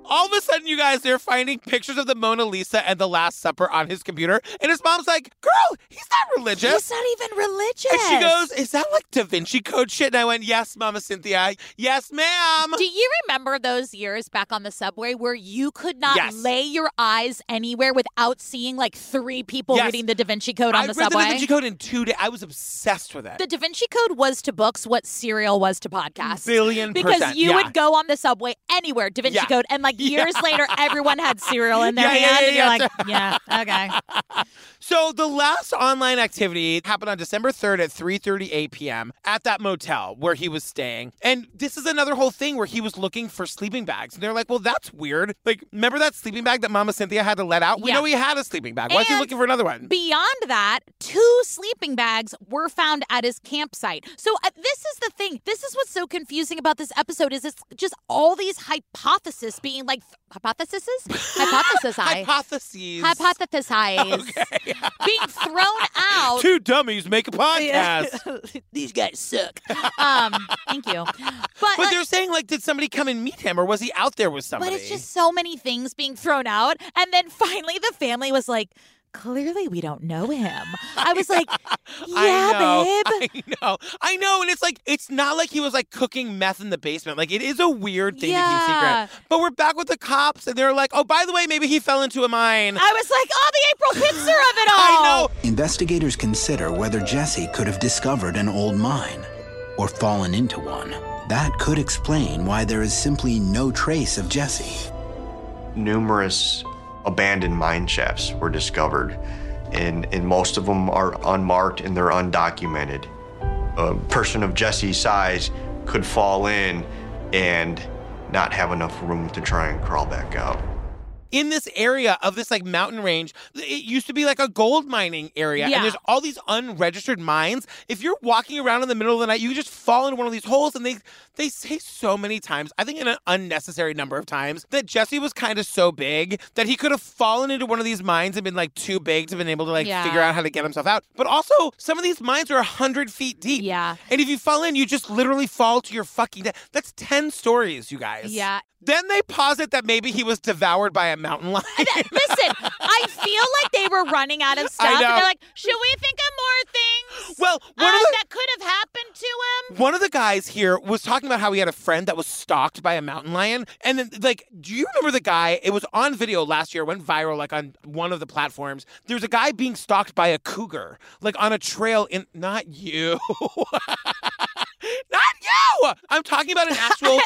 [SPEAKER 1] All of a sudden, you guys, they're finding pictures of the Mona Lisa and the Last Supper on his computer. And his mom's like, Girl, he's not religious.
[SPEAKER 2] he's not even religious.
[SPEAKER 1] and she goes, Is that like Da Vinci Code shit? And I went, Yes, Mama Cynthia. Yes, ma'am.
[SPEAKER 2] Do you remember those years back on the subway where you could not
[SPEAKER 1] Yes.
[SPEAKER 2] lay your eyes anywhere without seeing like three people
[SPEAKER 1] Yes.
[SPEAKER 2] reading the Da Vinci Code
[SPEAKER 1] I
[SPEAKER 2] on the
[SPEAKER 1] read
[SPEAKER 2] subway?
[SPEAKER 1] the Da Vinci Code in two days. I was obsessed with it.
[SPEAKER 2] The Da Vinci Code was to books what serial was to podcasts.
[SPEAKER 1] Billion
[SPEAKER 2] because
[SPEAKER 1] percent,
[SPEAKER 2] you
[SPEAKER 1] yeah.
[SPEAKER 2] would go on the subway anywhere, Da Vinci
[SPEAKER 1] Yeah.
[SPEAKER 2] Code, and like years later, everyone had cereal in their
[SPEAKER 1] Yeah, yeah,
[SPEAKER 2] hand,
[SPEAKER 1] yeah,
[SPEAKER 2] and you're
[SPEAKER 1] yeah,
[SPEAKER 2] like, yeah, okay.
[SPEAKER 1] So the last online activity happened on December 3rd at 3:38 p.m. at that motel where he was staying. And this is another whole thing where he was looking for sleeping bags. And they're like, "Well, that's weird. Like, remember that sleeping bag that Mama Cynthia had to let out? We
[SPEAKER 2] Yeah.
[SPEAKER 1] know he had a sleeping bag. Why is he
[SPEAKER 2] And-
[SPEAKER 1] looking for another one?"
[SPEAKER 2] Beyond that, two sleeping bags were found at his campsite. So uh, this is the thing. This is what's so confusing about this episode is it's just all these hypotheses being like hypotheses, hypotheses,
[SPEAKER 1] Hypotheses.
[SPEAKER 2] hypotheses, being thrown out.
[SPEAKER 1] Two dummies make a podcast.
[SPEAKER 2] These guys suck. Um, thank you. But,
[SPEAKER 1] But
[SPEAKER 2] like,
[SPEAKER 1] they're saying like, did somebody come and meet him, or was he out there with
[SPEAKER 2] but
[SPEAKER 1] somebody?
[SPEAKER 2] it's just so many things being thrown out. And then finally the family was like, clearly we don't know him. I was like, yeah,
[SPEAKER 1] I know,
[SPEAKER 2] babe.
[SPEAKER 1] I know. I know. And it's like, it's not like he was like cooking meth in the basement. Like, it is a weird thing
[SPEAKER 2] Yeah.
[SPEAKER 1] to keep secret. But we're back with the cops, and they're like, oh, by the way, maybe he fell into a mine.
[SPEAKER 2] I was like, oh, the April Pitzer of it all.
[SPEAKER 1] I know.
[SPEAKER 3] Investigators consider whether Jesse could have discovered an old mine or fallen into one. That could explain why there is simply no trace of Jesse.
[SPEAKER 7] numerous abandoned mine shafts were discovered, and, and most of them are unmarked and they're undocumented. A person of Jesse's size could fall in and not have enough room to try and crawl back out.
[SPEAKER 1] In this area of this like mountain range, it used to be like a gold mining area,
[SPEAKER 2] Yeah.
[SPEAKER 1] and there's all these unregistered mines. If you're walking around in the middle of the night, you just fall into one of these holes, and they they say so many times, I think in an unnecessary number of times, that Jesse was kind of so big that he could have fallen into one of these mines and been like too big to been able to like
[SPEAKER 2] Yeah.
[SPEAKER 1] figure out how to get himself out. But also, some of these mines are hundred feet deep.
[SPEAKER 2] Yeah.
[SPEAKER 1] And if you fall in, you just literally fall to your fucking death. That's 10 stories, you guys.
[SPEAKER 2] Yeah.
[SPEAKER 1] Then they posit that maybe he was devoured by a mountain lion.
[SPEAKER 2] Listen, I feel like they were running out of stuff. And
[SPEAKER 1] know.
[SPEAKER 2] they're like, should we think of more things
[SPEAKER 1] well, one
[SPEAKER 2] uh,
[SPEAKER 1] of the.
[SPEAKER 2] that could have happened to him?
[SPEAKER 1] One of the guys here was talking about how he had a friend that was stalked by a mountain lion. And then, like, do you remember the guy? It was on video last year, went viral, like, on one of the platforms. There was a guy being stalked by a cougar, like, on a trail in. Not you. Not you! I'm talking about an actual.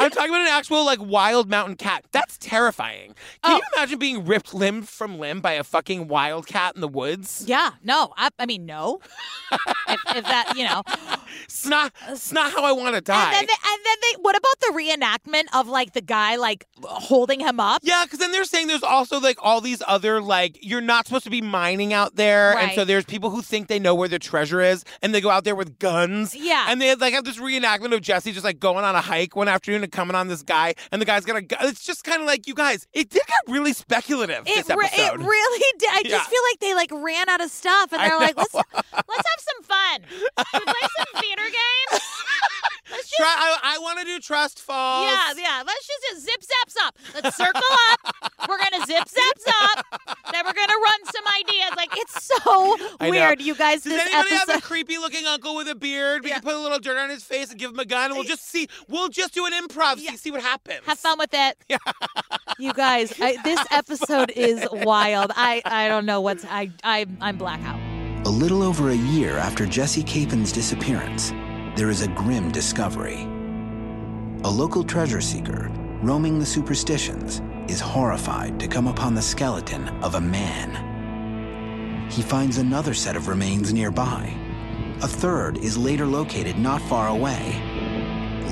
[SPEAKER 1] I'm talking about an actual, like, wild mountain cat. That's terrifying.
[SPEAKER 2] Oh.
[SPEAKER 1] Can you imagine being ripped limb from limb by a fucking wild cat in the woods?
[SPEAKER 2] Yeah, no. I, I mean, no. if, if that, you know.
[SPEAKER 1] It's not, it's not how I want to die.
[SPEAKER 2] And then, they, and then they, what about the reenactment of like the guy like holding him up?
[SPEAKER 1] Yeah, because then they're saying there's also like all these other like you're not supposed to be mining out there, and so
[SPEAKER 2] Right.
[SPEAKER 1] there's people who think they know where the treasure is, and they go out there with guns.
[SPEAKER 2] Yeah.
[SPEAKER 1] and they like have this reenactment of Jesse just like going on a hike one afternoon and coming on this guy, and the guy's got a gun. It's just kind of like you guys. It did get really speculative.
[SPEAKER 2] It,
[SPEAKER 1] this
[SPEAKER 2] re- it
[SPEAKER 1] episode.
[SPEAKER 2] really did. I just
[SPEAKER 1] Yeah.
[SPEAKER 2] feel like they like ran out of stuff and
[SPEAKER 1] I
[SPEAKER 2] they're like,
[SPEAKER 1] know.
[SPEAKER 2] let's, let's have some fun. Should we play some theater games? Let's just
[SPEAKER 1] Try, I, I want to do trust fall. circles.
[SPEAKER 2] Yeah, yeah. Let's just do zip zaps up. Let's circle up. We're gonna zip zaps up. Then we're gonna run some ideas. Like it's so
[SPEAKER 1] I know.
[SPEAKER 2] weird, you guys.
[SPEAKER 1] Does
[SPEAKER 2] this
[SPEAKER 1] anybody
[SPEAKER 2] episode.
[SPEAKER 1] have a creepy looking uncle with a beard? We can put a little dirt on his face and give him a gun, and we'll just see. We'll just do an improv, see, see what happens.
[SPEAKER 2] Have fun with it. You guys, I, this episode is wild. I, I don't know what's I I I'm blackout.
[SPEAKER 3] A little over a year after Jesse Capin's disappearance, there is a grim discovery. A local treasure seeker, roaming the superstitions, is horrified to come upon the skeleton of a man. He finds another set of remains nearby. A third is later located not far away.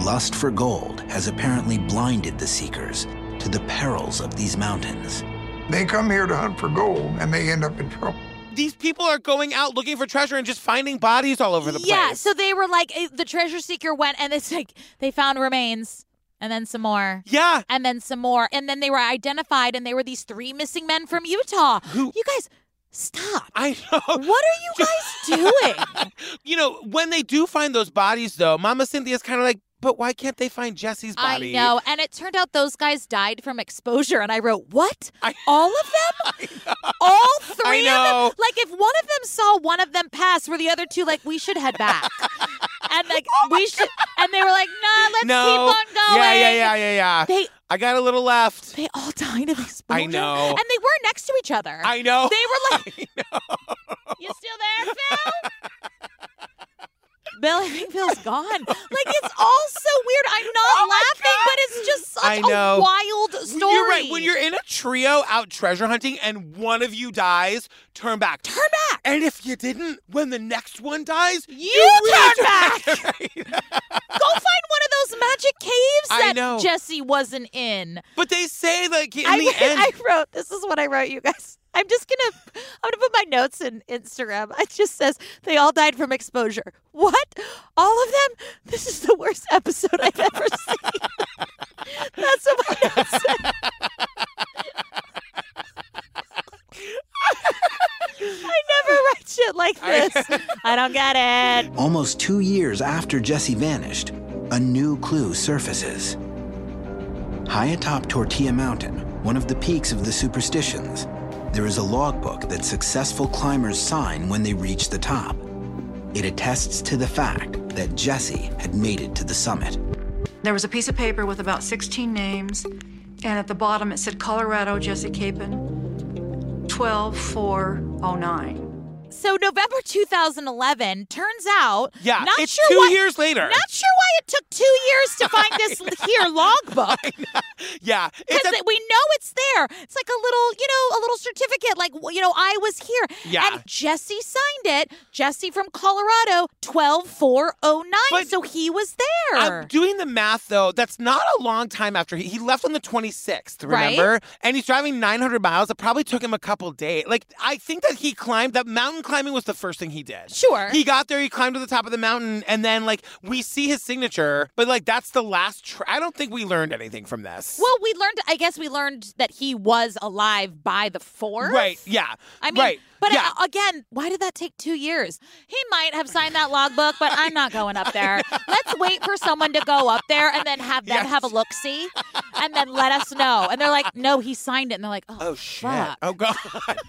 [SPEAKER 3] Lust for gold has apparently blinded the seekers to the perils of these mountains.
[SPEAKER 5] They come here to hunt for gold and they end up in trouble.
[SPEAKER 1] These people are going out looking for treasure and just finding bodies all over the place.
[SPEAKER 2] Yeah, so they were like eh, the treasure seeker went and it's like they found remains and then some more.
[SPEAKER 1] Yeah.
[SPEAKER 2] And then some more and then they were identified and they were these three missing men from Utah. You guys stop.
[SPEAKER 1] I know. What
[SPEAKER 2] are you guys doing?
[SPEAKER 1] you know, when they do find those bodies, though, Mama Cynthia's kind of like, but why can't they find Jesse's
[SPEAKER 2] I
[SPEAKER 1] body?
[SPEAKER 2] know. And it turned out those guys died from exposure. And I wrote, what? All of them? All three
[SPEAKER 1] know.
[SPEAKER 2] of them? Like, if one of them saw one of them pass, were the other two like, we should head back? and like, we should. And they were like, nah, let's
[SPEAKER 1] no.
[SPEAKER 2] keep on going.
[SPEAKER 1] Yeah, yeah, yeah, yeah, yeah.
[SPEAKER 2] They-
[SPEAKER 1] I got a little left.
[SPEAKER 2] They all died of exposure.
[SPEAKER 1] I know.
[SPEAKER 2] And they were next to each other.
[SPEAKER 1] I know.
[SPEAKER 2] They were like, you still there, Phil? Bill, I think Bill's gone. Like it's all so weird. I'm not laughing, but it's just such
[SPEAKER 1] Oh I know.
[SPEAKER 2] a wild story.
[SPEAKER 1] You're right. When you're in a trio out treasure hunting and one of you dies, turn back. Turn
[SPEAKER 2] back.
[SPEAKER 1] And if you didn't, when the next one dies,
[SPEAKER 2] you, turn back. Go find one of those magic caves
[SPEAKER 1] I
[SPEAKER 2] that
[SPEAKER 1] know.
[SPEAKER 2] Jesse wasn't in.
[SPEAKER 1] But they say like in
[SPEAKER 2] I,
[SPEAKER 1] the end.
[SPEAKER 2] I wrote this is what I wrote, you guys. I'm just gonna I'm gonna put my notes in Instagram. It just says they all died from exposure. What? All of them? This is the worst episode I've ever seen. That's what my notes said. I never write shit like this. I don't get it.
[SPEAKER 3] Almost two years after Jesse vanished, a new clue surfaces. High atop Tortilla Mountain, one of the peaks of the superstitions, there is a logbook that successful climbers sign when they reach the top. It attests to the fact that Jesse had made it to the summit.
[SPEAKER 4] There was a piece of paper with about 16 names, and at the bottom it said Colorado Jesse Capon, 12409.
[SPEAKER 2] So November 2011 turns out.
[SPEAKER 1] Yeah,
[SPEAKER 2] not
[SPEAKER 1] it's
[SPEAKER 2] sure
[SPEAKER 1] two
[SPEAKER 2] why-
[SPEAKER 1] years later.
[SPEAKER 2] Not sure why it took two years to find this here logbook
[SPEAKER 1] yeah, it's
[SPEAKER 2] because we know it's there. It's like a little, you know, a little certificate, like you know, I was here.
[SPEAKER 1] Yeah.
[SPEAKER 2] And Jesse signed it. Jesse from Colorado, twelve four oh nine.
[SPEAKER 1] But-
[SPEAKER 2] So he was there.
[SPEAKER 1] I'm doing the math though. That's not a long time after he, he left on the 26th,
[SPEAKER 2] Right.
[SPEAKER 1] remember? And he's driving 900 miles. It probably took him a couple days. Like I think that he climbed that mountain climbing was the first thing he did.
[SPEAKER 2] Sure.
[SPEAKER 1] He got there, he climbed to the top of the mountain and then like we see his signature, but like that's the last tr- I don't think we learned anything from this.
[SPEAKER 2] well, we learned. I guess we learned that he was alive by the fourth.
[SPEAKER 1] Right, yeah.
[SPEAKER 2] I mean,
[SPEAKER 1] right.
[SPEAKER 2] but
[SPEAKER 1] yeah.
[SPEAKER 2] a- again, why did that take two years? He might have signed that logbook, but I'm not going up there. Let's wait for someone to go up there and then have them have a look see and then let us know. And they're like, no, he signed it. And they're like, oh,
[SPEAKER 1] Oh shit!
[SPEAKER 2] fuck.
[SPEAKER 1] Oh god!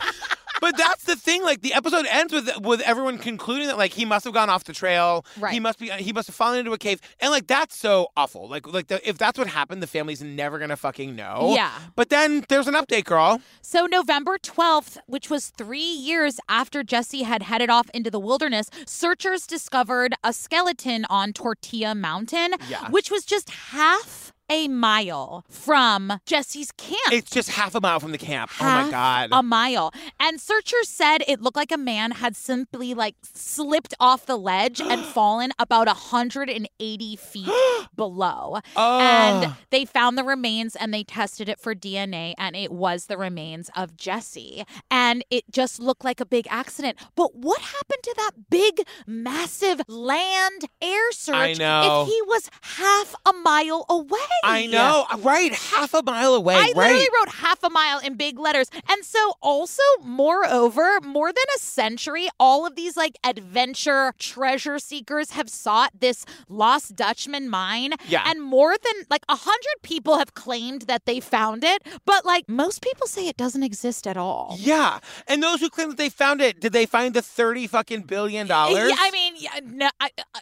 [SPEAKER 1] but that's the thing. Like the episode ends with with everyone concluding that like he must have gone off the trail.
[SPEAKER 2] Right.
[SPEAKER 1] He must be. He must have fallen into a cave. And like that's so awful. Like like the, if that's what happened, the family's never gonna fucking know.
[SPEAKER 2] Yeah.
[SPEAKER 1] But then there's an update, girl.
[SPEAKER 2] So, November 12th, which was three years after Jesse had headed off into the wilderness, searchers discovered a skeleton on Tortilla Mountain,
[SPEAKER 1] Yeah.
[SPEAKER 2] which was just half a mile from Jesse's camp.
[SPEAKER 1] It's just half a mile from the camp. oh my
[SPEAKER 2] half
[SPEAKER 1] god.
[SPEAKER 2] A mile. And searchers said it looked like a man had simply like slipped off the ledge and fallen about 180 feet below. And
[SPEAKER 1] Ah.
[SPEAKER 2] they found the remains and they tested it for DNA and it was the remains of Jesse. And it just looked like a big accident. But what happened to that big, massive land air search
[SPEAKER 1] know.
[SPEAKER 2] if he was half a mile away?
[SPEAKER 1] I know, Uh, right? Half a mile away,
[SPEAKER 2] I literally
[SPEAKER 1] right?
[SPEAKER 2] wrote half a mile in big letters. And so, also, moreover, more than a century, all of these like adventure treasure seekers have sought this lost Dutchman mine.
[SPEAKER 9] Yeah.
[SPEAKER 2] And more than like a hundred people have claimed that they found it, but like most people say it doesn't exist at all.
[SPEAKER 1] Yeah. And those who claim that they found it, did they find the 30 fucking billion dollars?
[SPEAKER 2] Yeah, I mean, yeah, no, I, I,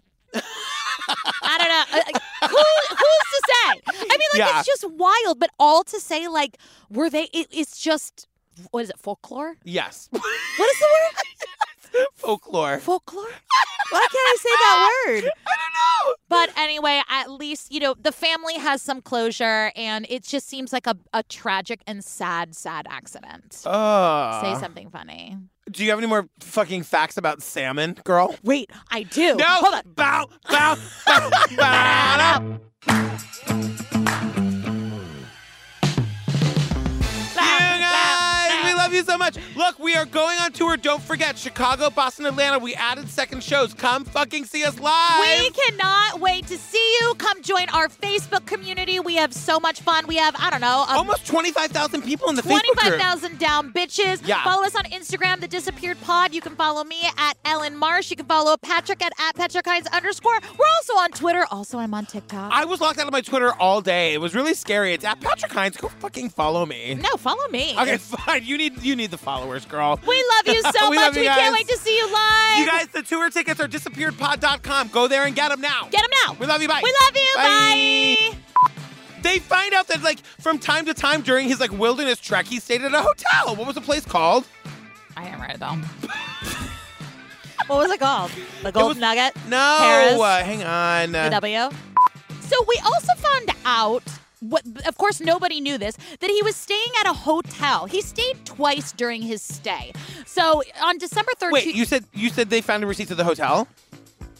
[SPEAKER 2] I don't know. Uh, Who, who's to say? I mean, like
[SPEAKER 1] Yeah.
[SPEAKER 2] it's just wild, but all to say, like, were they? It, it's just what is it? Folklore?
[SPEAKER 1] Yes.
[SPEAKER 2] What is the word?
[SPEAKER 1] Folklore.
[SPEAKER 2] Folklore? Why can't I say that word? I don't know. But anyway, at least you know the family has some closure, and it just seems like a, a tragic and sad, sad accident.
[SPEAKER 1] Uh,
[SPEAKER 2] say something funny.
[SPEAKER 1] Do you have any more fucking facts about salmon, girl?
[SPEAKER 2] Wait, I do.
[SPEAKER 1] No,
[SPEAKER 2] Hold on.
[SPEAKER 1] Bow, bow, bow, bow. You guys, we love you so much. Look, we are going on tour. Don't forget Chicago, Boston, Atlanta. We added second shows. Come fucking see us live.
[SPEAKER 2] We cannot wait to see you. Come join our Facebook community. We have so much fun. We have, I don't know, um,
[SPEAKER 1] Almost 25,000 people in the Facebook group.
[SPEAKER 2] 25,000 down bitches.
[SPEAKER 1] Yeah.
[SPEAKER 2] Follow us on Instagram, The Disappeared Pod. You can follow me at Ellen Marsh. You can follow Patrick at, at Patrick Hines underscore. We're also on Twitter. Also, I'm on TikTok.
[SPEAKER 1] I was locked out of my Twitter all day. It was really scary. It's at Patrick Hines. Go fucking follow me.
[SPEAKER 2] no, follow me.
[SPEAKER 1] Okay, fine. You need you need the followers, girl.
[SPEAKER 2] We love you so
[SPEAKER 1] We
[SPEAKER 2] much.
[SPEAKER 1] love you
[SPEAKER 2] we
[SPEAKER 1] guys.
[SPEAKER 2] can't wait to see you live.
[SPEAKER 1] You guys, the tour tickets are disappearedpod.com. Go there and get them now.
[SPEAKER 2] Get them now.
[SPEAKER 1] We love you. Bye.
[SPEAKER 2] We love you.
[SPEAKER 1] Bye.
[SPEAKER 2] Bye.
[SPEAKER 1] They find out that like from time to time during his like wilderness trek, he stayed at a hotel. What was the place called?
[SPEAKER 2] I didn't write it down. what was it called? The Gold
[SPEAKER 1] was-
[SPEAKER 2] Nugget?
[SPEAKER 1] No.
[SPEAKER 2] Paris?
[SPEAKER 1] uh, hang on.
[SPEAKER 2] the W. So we also found out. What, of course, nobody knew this that he was staying at a hotel. He stayed twice during his stay. So on December 13th,
[SPEAKER 1] Uh, Wait, you said you said they found a receipt to the hotel?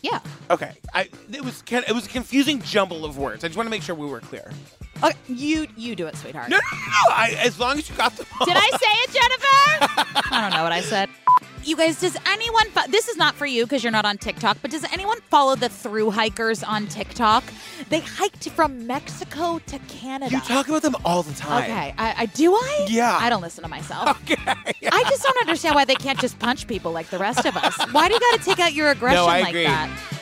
[SPEAKER 2] yeah.
[SPEAKER 1] Okay. I it was kin- it was a confusing jumble of words. I just want to make sure we were clear.
[SPEAKER 2] Okay, Uh, you you do it, sweetheart.
[SPEAKER 1] No, no, no. no. I, as long as you got the
[SPEAKER 2] Did I say it, Jennifer? I don't know what I said. You guys, does anyone? Fo- this is not for you because you're not on TikTok, but does anyone follow the through hikers on TikTok? They hiked from Mexico to Canada.
[SPEAKER 1] You talk about them all the time.
[SPEAKER 2] Okay, I, I do I?
[SPEAKER 1] Yeah.
[SPEAKER 2] I don't listen to myself. Okay. I just don't understand why they can't just punch people like the rest of us. Why do you got to take out your aggression
[SPEAKER 1] No, I
[SPEAKER 2] like
[SPEAKER 1] agree.
[SPEAKER 2] that?